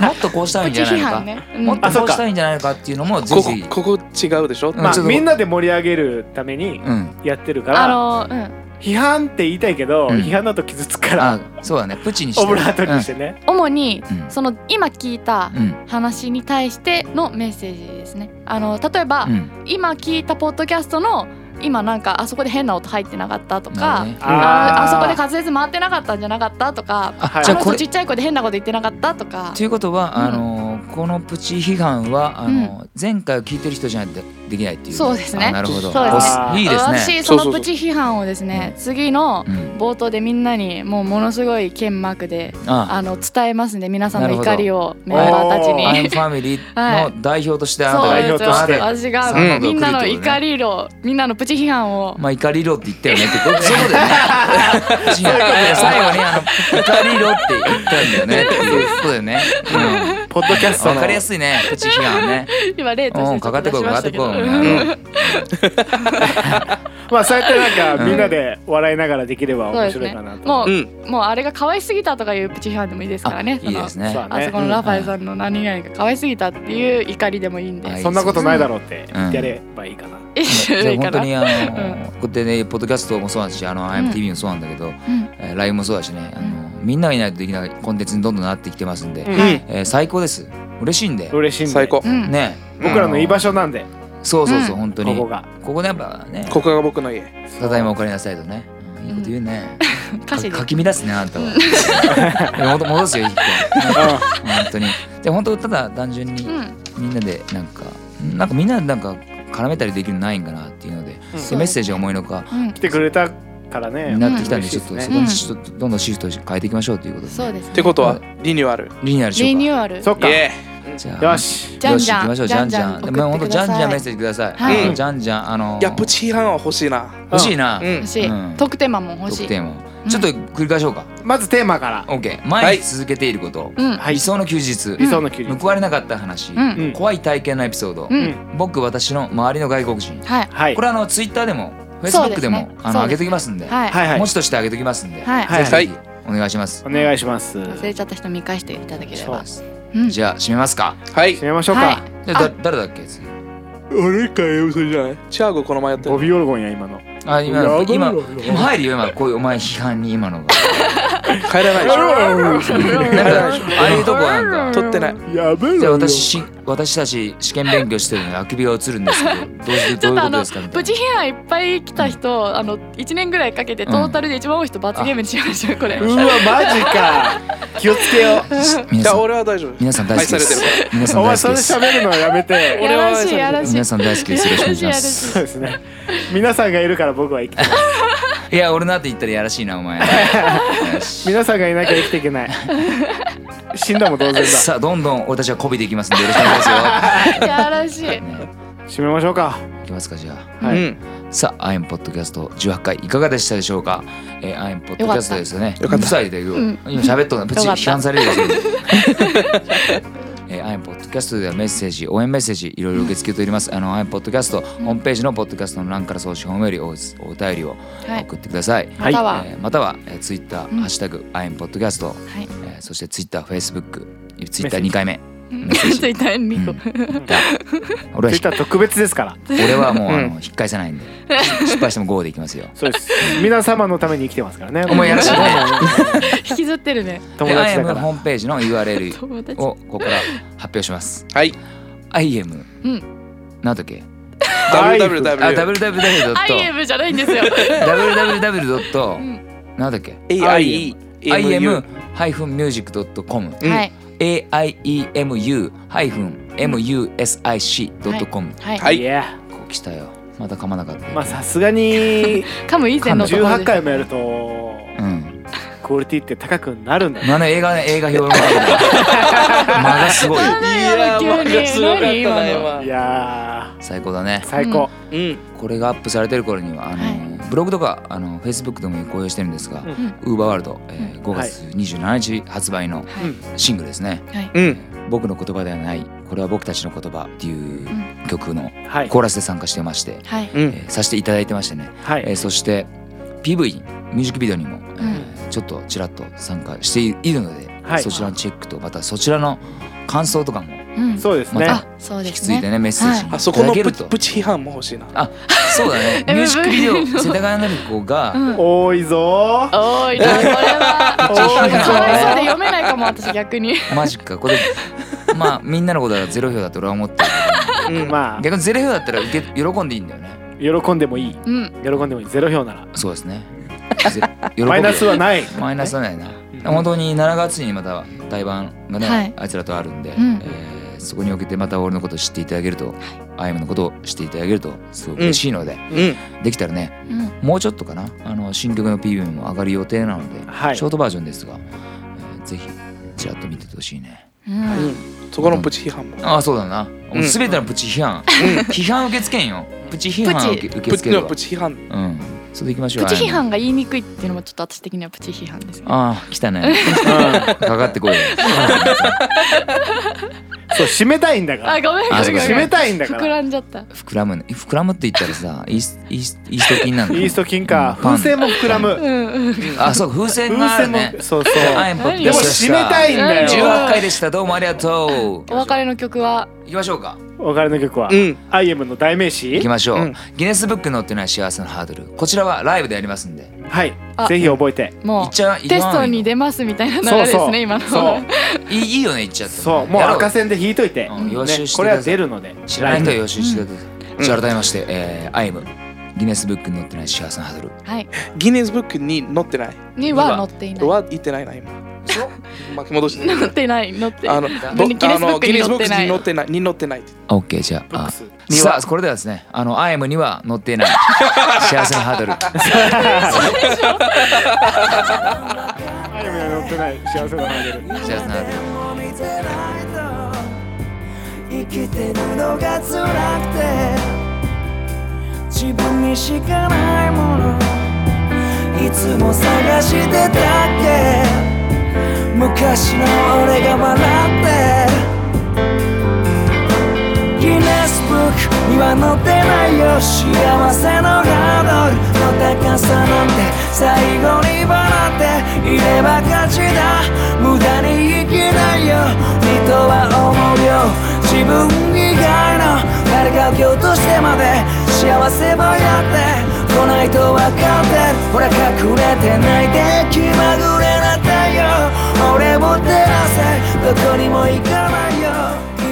Speaker 2: もっとこうしたらいい
Speaker 5: プ
Speaker 2: ん
Speaker 5: チ
Speaker 2: じゃない
Speaker 5: 批
Speaker 2: の
Speaker 5: 判
Speaker 2: か、
Speaker 5: ね、
Speaker 2: もっ
Speaker 5: あ
Speaker 2: とこうしたらいいんじゃないのかっていうのもぜ
Speaker 3: ここ
Speaker 2: ひ
Speaker 3: ここ違うでしょ
Speaker 2: うん
Speaker 4: まあ
Speaker 2: ちょっと
Speaker 4: みんなで盛り上げるために
Speaker 2: うん
Speaker 4: やってるから、
Speaker 5: あのうん
Speaker 4: 批判って言いたいけど、
Speaker 2: うん
Speaker 4: 批判だと傷つくから
Speaker 2: あそうだねプチにして
Speaker 4: オブラートにしてね、
Speaker 5: 主に
Speaker 2: うん
Speaker 5: その今聞いた
Speaker 2: うん
Speaker 5: 話に対してのメッセージですねあの例えば、
Speaker 2: うん
Speaker 5: 今聞いたポッドキャストの今なんかあそこで変な音入ってなかったと
Speaker 2: な
Speaker 5: か、
Speaker 2: るほどね
Speaker 5: ああそこで
Speaker 4: か
Speaker 5: 滑舌回ってなかったんじゃなかったとか
Speaker 2: あ
Speaker 4: はい
Speaker 2: じ
Speaker 5: あ
Speaker 2: ゃあ
Speaker 5: の
Speaker 2: こ
Speaker 5: 人
Speaker 2: れ
Speaker 5: ちっちゃい声で変なこと言ってなかったとか
Speaker 2: ということは、
Speaker 5: うん
Speaker 2: あのーこのプチ批判はあのー、前回を聞いてる人じゃないとできないっていう
Speaker 5: そうですね
Speaker 2: あなるほど
Speaker 5: そうです
Speaker 4: ね
Speaker 2: おいいですね
Speaker 5: 私そ
Speaker 3: そ
Speaker 5: の
Speaker 3: うそ
Speaker 5: プ
Speaker 3: う
Speaker 5: チ
Speaker 3: そ
Speaker 5: 批判をですね次の
Speaker 2: うん、
Speaker 5: 冒頭でみんなにもうものすごい剣幕で
Speaker 2: あ
Speaker 5: あの伝えますんで皆さん
Speaker 2: な
Speaker 5: の
Speaker 2: るほど
Speaker 5: 怒りをメンバーたち
Speaker 2: あ
Speaker 5: に
Speaker 4: お。
Speaker 2: アイムファミリーの代表としてあなた
Speaker 5: そう
Speaker 2: が
Speaker 4: 代
Speaker 5: です
Speaker 4: 表として
Speaker 5: 私が
Speaker 2: うん
Speaker 5: みんなの怒りをみんなのプチ批判を
Speaker 2: まあ怒りろって言ったよねって こうそういうことだよね。違う最後にあの怒りろって言ったんだよねっていうことだよね。
Speaker 4: ポッドキャス
Speaker 2: うん、
Speaker 4: ト
Speaker 2: わ
Speaker 4: の
Speaker 2: かりやすいね。プチ批判 ね。
Speaker 5: 今例とし
Speaker 2: う
Speaker 5: て
Speaker 2: ん
Speaker 5: ちょ
Speaker 2: か
Speaker 5: っ
Speaker 2: か
Speaker 5: と
Speaker 2: ってこい
Speaker 5: 出し
Speaker 2: か
Speaker 5: ま
Speaker 2: か
Speaker 5: し
Speaker 2: って
Speaker 5: たけ
Speaker 2: こ
Speaker 5: ど
Speaker 2: い。
Speaker 5: うん
Speaker 2: うん
Speaker 4: まあそうやってなんか、
Speaker 2: うん
Speaker 4: みんなで笑いながらできれば面白いかなと、
Speaker 5: も
Speaker 3: うん
Speaker 5: うもうあれが可愛すぎたとかいうプチ批判でもいいですからね
Speaker 2: いいですね
Speaker 4: そう。だ
Speaker 5: あ
Speaker 4: ね
Speaker 5: そこのラファエさんの何々が可愛すぎたっていう怒りでもいいんで、
Speaker 2: はい
Speaker 4: そんなことないだろうって言ってやればいいかな、
Speaker 5: 一
Speaker 2: じ
Speaker 5: 緒
Speaker 2: ゃ
Speaker 5: で
Speaker 2: あ
Speaker 5: いいか
Speaker 2: 本
Speaker 5: な
Speaker 2: 当にあのー、こうやってねポッドキャストもそうだしあの IMTV もそうなんだけど、
Speaker 5: うん
Speaker 2: えー LINE もそうだしねあのーみんながいないとできないコンテンツにどんどんなってきてますんで、
Speaker 4: うん
Speaker 3: うん
Speaker 2: えー最高です嬉しいんで、
Speaker 4: 嬉しいんで
Speaker 3: 最高
Speaker 5: うん
Speaker 2: ね
Speaker 4: 僕らの居場所なんで、
Speaker 2: そうそうそう、
Speaker 5: うん
Speaker 2: 本当に
Speaker 4: ここが
Speaker 2: ここねやっぱね
Speaker 3: ここが僕の家
Speaker 2: ただいまおかえりなさいとね、うんいいこと言うね、
Speaker 5: 歌詞で
Speaker 2: かかき乱すねあんたはいや戻戻すよ一個、うん本当にで本当ただ単純に
Speaker 5: うん
Speaker 2: みんなでなんかなんかみんなでなんか絡めたりできるのないんかなっていうので,で、
Speaker 5: そう
Speaker 2: メッセージが思いのほか
Speaker 5: うん
Speaker 4: 来てくれたからね
Speaker 2: になってきたんで、ちょっと、
Speaker 4: 嬉しい
Speaker 2: そ
Speaker 4: で
Speaker 2: こにち
Speaker 4: すね
Speaker 2: ょっとどんどんシフトを変えていきましょうということで、
Speaker 5: そうです
Speaker 3: ってことはリニューアル
Speaker 2: リニューアルしよう
Speaker 5: リ
Speaker 2: か
Speaker 5: ニューアル
Speaker 4: そっか
Speaker 3: イエ
Speaker 2: じゃあ
Speaker 4: よし
Speaker 5: じゃんじゃ
Speaker 2: よし行き
Speaker 5: ん
Speaker 2: ましょうじゃんじゃん
Speaker 5: じゃんじゃん
Speaker 2: でも本当
Speaker 5: 送ってく
Speaker 2: じゃ
Speaker 5: だ
Speaker 2: ん
Speaker 5: さい
Speaker 2: じゃんメッセージください、
Speaker 5: はい
Speaker 2: あのじゃんじゃんあの
Speaker 3: ーいやプチ批判は欲しいな
Speaker 2: 欲しいな、
Speaker 3: うん
Speaker 5: 欲しい、
Speaker 2: うん
Speaker 5: トークテーマも欲し
Speaker 2: 得
Speaker 5: い
Speaker 2: 点を
Speaker 5: うん
Speaker 2: ちょっと繰り返しようか、
Speaker 4: まずテーマから、
Speaker 2: オッケー毎日続けていること、
Speaker 5: うん
Speaker 4: はい
Speaker 2: 理想の休日、
Speaker 4: 理想の休日、
Speaker 2: 報われなかった話、
Speaker 5: うん
Speaker 4: うん
Speaker 2: 怖い体験のエピソード、
Speaker 5: うん、
Speaker 4: うん
Speaker 2: 僕私の周りの外国人、
Speaker 5: はい
Speaker 4: はい
Speaker 2: これあのツイッターでもフェイスブ
Speaker 5: そう
Speaker 2: ッ
Speaker 5: で
Speaker 2: ク
Speaker 5: す
Speaker 2: で
Speaker 5: ね
Speaker 2: もあの
Speaker 5: そ
Speaker 2: 上
Speaker 5: うで
Speaker 2: げ
Speaker 5: す
Speaker 2: てきますんで、
Speaker 5: はい、
Speaker 4: はいはい
Speaker 2: 文字として上げてきますんで、
Speaker 5: はい
Speaker 4: は
Speaker 2: ぜ
Speaker 4: い
Speaker 2: ひぜひお願いします、
Speaker 4: お願いします
Speaker 5: 忘れちゃった人見返していただければ
Speaker 2: そう
Speaker 5: うん
Speaker 2: じゃあ締めますか
Speaker 3: はい
Speaker 4: 締めましょう
Speaker 5: はい
Speaker 4: か、
Speaker 2: じゃあだ誰だっけ次
Speaker 3: 俺かよそれじゃないチャーゴこの前やって
Speaker 4: ボビーオルゴンや 今の
Speaker 2: あ今
Speaker 4: やばい
Speaker 2: 今
Speaker 4: よ
Speaker 2: 今入るよ今こういうお前批判に今のが
Speaker 3: 帰らないでしょ
Speaker 2: なんかああいうとこはなんか
Speaker 3: 取ってない
Speaker 4: やべえ
Speaker 2: じゃあ私し私たち試験勉強してるのにあくびが映るんですけどどうし
Speaker 5: ち
Speaker 2: ど
Speaker 5: ょ
Speaker 2: ういうこ
Speaker 5: っとあ
Speaker 2: と
Speaker 5: の
Speaker 2: ですかみたい
Speaker 5: プ
Speaker 2: な
Speaker 5: チ批判いっぱい来た人あの1年ぐらいかけてトータルで一番多い人罰ゲームにしましょうこれ、
Speaker 4: うわマジか気をつけよう
Speaker 2: 皆
Speaker 3: じゃあ
Speaker 2: さん
Speaker 3: 俺は大丈夫
Speaker 2: 皆さん大好きで
Speaker 3: 愛さ
Speaker 2: す
Speaker 3: れ
Speaker 2: 皆さん
Speaker 4: お前
Speaker 2: 大好
Speaker 4: そ
Speaker 2: き
Speaker 4: れ
Speaker 2: です
Speaker 4: 喋るのやめて
Speaker 5: やらしいやらしい
Speaker 2: 皆さん大好きですよろしくお願いしま
Speaker 5: やらしいやらしい
Speaker 2: す
Speaker 4: そうですね皆さんがいるから僕は生きてる
Speaker 2: いや俺の後言ったらやらしいなお前よし
Speaker 4: 皆さんがいなきゃ生きていけない死んだも同然だ締
Speaker 2: さあどんどん俺たちはこびていきますんでよろしくお願いしま
Speaker 5: やらしい
Speaker 2: すよ、ね、
Speaker 4: めましょうか
Speaker 2: いきますかじゃあ
Speaker 4: はい
Speaker 3: うん
Speaker 2: さあ、アイアンポッドキャスト18回いかがでしたでしょうか。えー、アイアンポッドキャストですよね。
Speaker 3: よかったよかった
Speaker 2: うるさいで、
Speaker 5: ん
Speaker 2: 今喋っとるの、プチ
Speaker 5: よかった
Speaker 2: 批判されるよ。 それえー、アイアンポッドキャストではメッセージ、応援メッセージ、いろいろ受け付けております。あの、アイアンポッドキャスト、ホームページのポッドキャストの欄から送信ホームよりおお便りを
Speaker 5: はい
Speaker 2: 送ってください。
Speaker 5: または、
Speaker 2: えーまたは、えー、ツイッター、
Speaker 5: うん
Speaker 2: ハッシュタグ、アイアンポッドキャスト、
Speaker 5: はい
Speaker 2: えーそしてツイッター、フェイスブック、ツイッター2回目、
Speaker 5: ツイッターエンリコ、
Speaker 2: うん俺は
Speaker 4: ツイッター特別ですから。
Speaker 2: 俺はもうあの
Speaker 4: うん
Speaker 2: 引っ返さないんで失敗しても GO でいきますよ
Speaker 4: そうです。皆様のために生きてますからね。
Speaker 2: お前やらしいね
Speaker 5: 引きずってるね
Speaker 4: 友
Speaker 2: で I
Speaker 4: 達だ
Speaker 2: am
Speaker 4: か
Speaker 2: のホー
Speaker 4: ら。
Speaker 2: ムページの URL
Speaker 5: 友達
Speaker 2: をここから発表します
Speaker 3: はい
Speaker 2: I am
Speaker 5: う
Speaker 2: なんだっけあ
Speaker 3: www
Speaker 5: I am じゃないんですよう
Speaker 2: www.www.
Speaker 5: ん
Speaker 2: なんだっけ
Speaker 3: AIE
Speaker 2: im-music.com
Speaker 3: うん
Speaker 5: はい
Speaker 2: aiemu-music.com
Speaker 5: はい、
Speaker 3: はい
Speaker 4: いや。
Speaker 2: こう来たよまた噛まなかった
Speaker 4: まあさす がに
Speaker 5: かむ以前のところです
Speaker 4: 18回もやると
Speaker 2: うん
Speaker 4: クオリティって高くなるんだね。
Speaker 2: まだ映画映画表の 間がすごい
Speaker 5: なんだよ
Speaker 3: いやー
Speaker 5: 急に
Speaker 3: すごかったな
Speaker 5: 何今の
Speaker 4: いや
Speaker 2: 最高だね
Speaker 4: ー最高。
Speaker 3: 今うん
Speaker 2: これがアップされてる頃にはあの、ブログとかあの Facebook でも公表してるんですが、
Speaker 4: うん
Speaker 2: ウーバーワールド、えー5月27日発売の
Speaker 5: はい
Speaker 2: シングルですね、
Speaker 3: うん
Speaker 2: 僕の言葉ではないこれは僕たちの言葉っていう曲の
Speaker 4: はい
Speaker 2: コーラスで参加してまして、
Speaker 5: はい
Speaker 3: うん
Speaker 2: えーさせていただいてましてね、
Speaker 4: は
Speaker 2: えー
Speaker 4: い。
Speaker 2: そして PV ミュージックビデオにも、えーちょっとちらっと参加しているので、
Speaker 4: はい
Speaker 2: そちらのチェックとまたそちらの感想とかも
Speaker 5: うん
Speaker 4: そうですね。
Speaker 2: ま
Speaker 5: あそう
Speaker 2: 引
Speaker 5: で
Speaker 2: き
Speaker 5: す
Speaker 2: 継いで
Speaker 5: ね
Speaker 2: ねメッセージ
Speaker 3: あそこ
Speaker 2: いただ
Speaker 3: の
Speaker 2: け
Speaker 3: プ
Speaker 2: る
Speaker 3: チ
Speaker 2: と
Speaker 3: プチ批判も欲しいな
Speaker 2: あそうだねミュージックビデオ世田谷のり子が、
Speaker 5: うん
Speaker 4: 多いぞー。
Speaker 5: おいなこれは
Speaker 4: 多いぞ
Speaker 5: かわいそうで
Speaker 4: ー。
Speaker 5: 読めないかも私逆に
Speaker 2: マジかこれまあみんなのことはゼロ票だと俺は思ってる
Speaker 3: うん
Speaker 4: まあ
Speaker 2: 逆にゼロ票だったら受け喜んでいいんだよね
Speaker 4: 喜んでもいい。
Speaker 5: うん
Speaker 4: 喜んでもいい。ゼロ票なら。
Speaker 2: そうですねぜ喜ぶ
Speaker 4: マイナスはない。
Speaker 2: マイナスはないな、
Speaker 4: ん
Speaker 2: 本当に7月にまた対バンがね、
Speaker 5: はい
Speaker 2: あいつらとあるんで、
Speaker 5: うん
Speaker 2: えーそこにおけてまた俺のことを知っていただけると、アイムのことを知っていただけるとすごく嬉しいので、
Speaker 3: うん
Speaker 2: できたらね
Speaker 5: うん
Speaker 2: もうちょっとかなあの新曲の PV も上がる予定なので、
Speaker 4: はい
Speaker 2: ショートバージョンですが、えーぜひちらっと見ててほしいね
Speaker 5: うん
Speaker 3: そこのプチ批判も
Speaker 2: ああそうだな、
Speaker 3: うん
Speaker 2: 全てのプチ批判、批判受け付けんよプチ批判を受け受け
Speaker 3: プチ
Speaker 2: 付ける
Speaker 3: の
Speaker 2: わ
Speaker 3: プチ批判
Speaker 2: うんそれでいきましょう
Speaker 5: プチ批
Speaker 2: あ
Speaker 5: 判が言いにくいっていうのもちょっと私的にはプチ批判ですね。
Speaker 2: のあー来たね かかってこいよ
Speaker 4: そう締めたいんだから
Speaker 5: あ、。ごめんご
Speaker 2: あ
Speaker 5: め
Speaker 2: そ
Speaker 5: ん
Speaker 2: う
Speaker 5: ご
Speaker 2: か
Speaker 5: めん。
Speaker 4: 締めたいんだか
Speaker 5: 膨
Speaker 4: ら。
Speaker 5: らんじゃった。
Speaker 2: 膨らむね膨らむって言ったらさイースイースイースト菌なんだ
Speaker 4: イースト菌か。
Speaker 2: うんパン
Speaker 4: 風船も膨らむ。
Speaker 5: うんうん。
Speaker 2: あそう風
Speaker 4: 風
Speaker 2: 船がある
Speaker 4: 船も
Speaker 2: ね。
Speaker 4: そうそう。
Speaker 2: アイムポッドキ
Speaker 4: で
Speaker 2: ャ
Speaker 4: も
Speaker 2: ストでし
Speaker 4: 締
Speaker 2: た
Speaker 4: めたいんだ
Speaker 5: 18
Speaker 4: よ。
Speaker 2: 18回でしたどうもありがとう
Speaker 5: お別れの曲は、
Speaker 2: 行きましょうか
Speaker 4: お別れの曲は
Speaker 3: う。ん
Speaker 4: IM の代名詞
Speaker 2: 行きましょう、
Speaker 3: うん
Speaker 2: ギネスブックに載ってない幸せのハードルこちらはライブでやりますんで
Speaker 4: はい
Speaker 5: あ
Speaker 4: ぜひ覚えて
Speaker 2: 行
Speaker 5: も
Speaker 2: っちゃ
Speaker 5: うテストに
Speaker 2: で
Speaker 5: 出ますみたいな流れですね、今の。
Speaker 4: そう
Speaker 2: いいいいよね行っちゃって
Speaker 4: そうもう
Speaker 2: やろ
Speaker 4: 赤線で引いといて
Speaker 2: うん
Speaker 4: ね
Speaker 2: 予習して
Speaker 4: こ
Speaker 2: く
Speaker 4: れは
Speaker 2: ださ
Speaker 4: 出
Speaker 2: い
Speaker 4: るので
Speaker 2: 知らない人は予習してくだ
Speaker 3: うん
Speaker 2: さい、改めまして、えー、アイムギネスブックに載ってない幸せのハードル
Speaker 5: はい。
Speaker 3: ギネスブックに載ってない
Speaker 5: には載っていない。
Speaker 3: は言ってないな今 巻き戻して
Speaker 5: 載ってない、載ってない。
Speaker 3: あの
Speaker 5: ギネスブックに載ってない
Speaker 3: あのギネスブックに載ってないに載ってない
Speaker 2: オッケーじゃ
Speaker 4: ブッ
Speaker 2: あ
Speaker 4: クス
Speaker 2: あさあこれではですねあのアイムには載っていない幸せのハードル
Speaker 4: あでも乗ってない幸せが入る
Speaker 2: 幸せのハードル
Speaker 6: 見てないと生きてるのが辛くて自分にしかないものいつも探してたっけ昔の俺が笑ってギネスブックには載ってないよ幸せのハードルの高さなんて最後に笑っていれば勝ちだ無駄に生きないよ人は思うよ自分以外の誰かを蹴落としてまで幸せばやって来ないと分かってるほら隠れてないで気まぐれな太陽俺も照らせどこにも行かないよ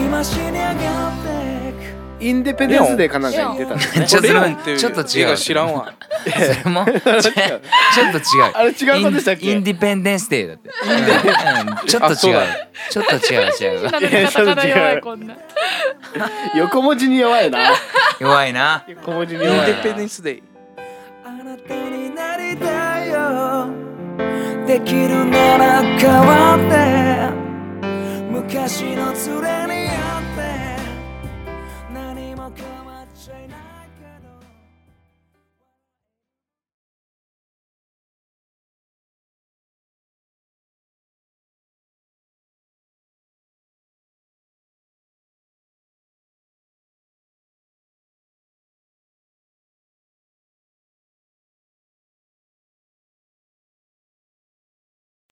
Speaker 6: 今しに上がってく
Speaker 4: インデペデンスデーかなんかに出たんですね
Speaker 2: ちょっと
Speaker 3: レオンっていう
Speaker 2: ちょっと違う
Speaker 3: 映画知らんわ
Speaker 2: それもちょっと違う
Speaker 4: あれ違うことでしたっけ
Speaker 2: インインディペンデンスデーだって、うんちょっと
Speaker 3: あそ
Speaker 2: 違
Speaker 3: う
Speaker 2: う
Speaker 3: だ
Speaker 2: ちょっと違う違う
Speaker 5: なのにカタカナ弱いこんな。
Speaker 4: 横文字に弱いな
Speaker 2: 弱いな
Speaker 4: 横文字に
Speaker 3: イン
Speaker 4: 弱
Speaker 3: デ
Speaker 4: い
Speaker 3: ペンデンスデイ
Speaker 6: あなたになりたいよできるなら変わって昔の連れに会って何も変わっちゃいない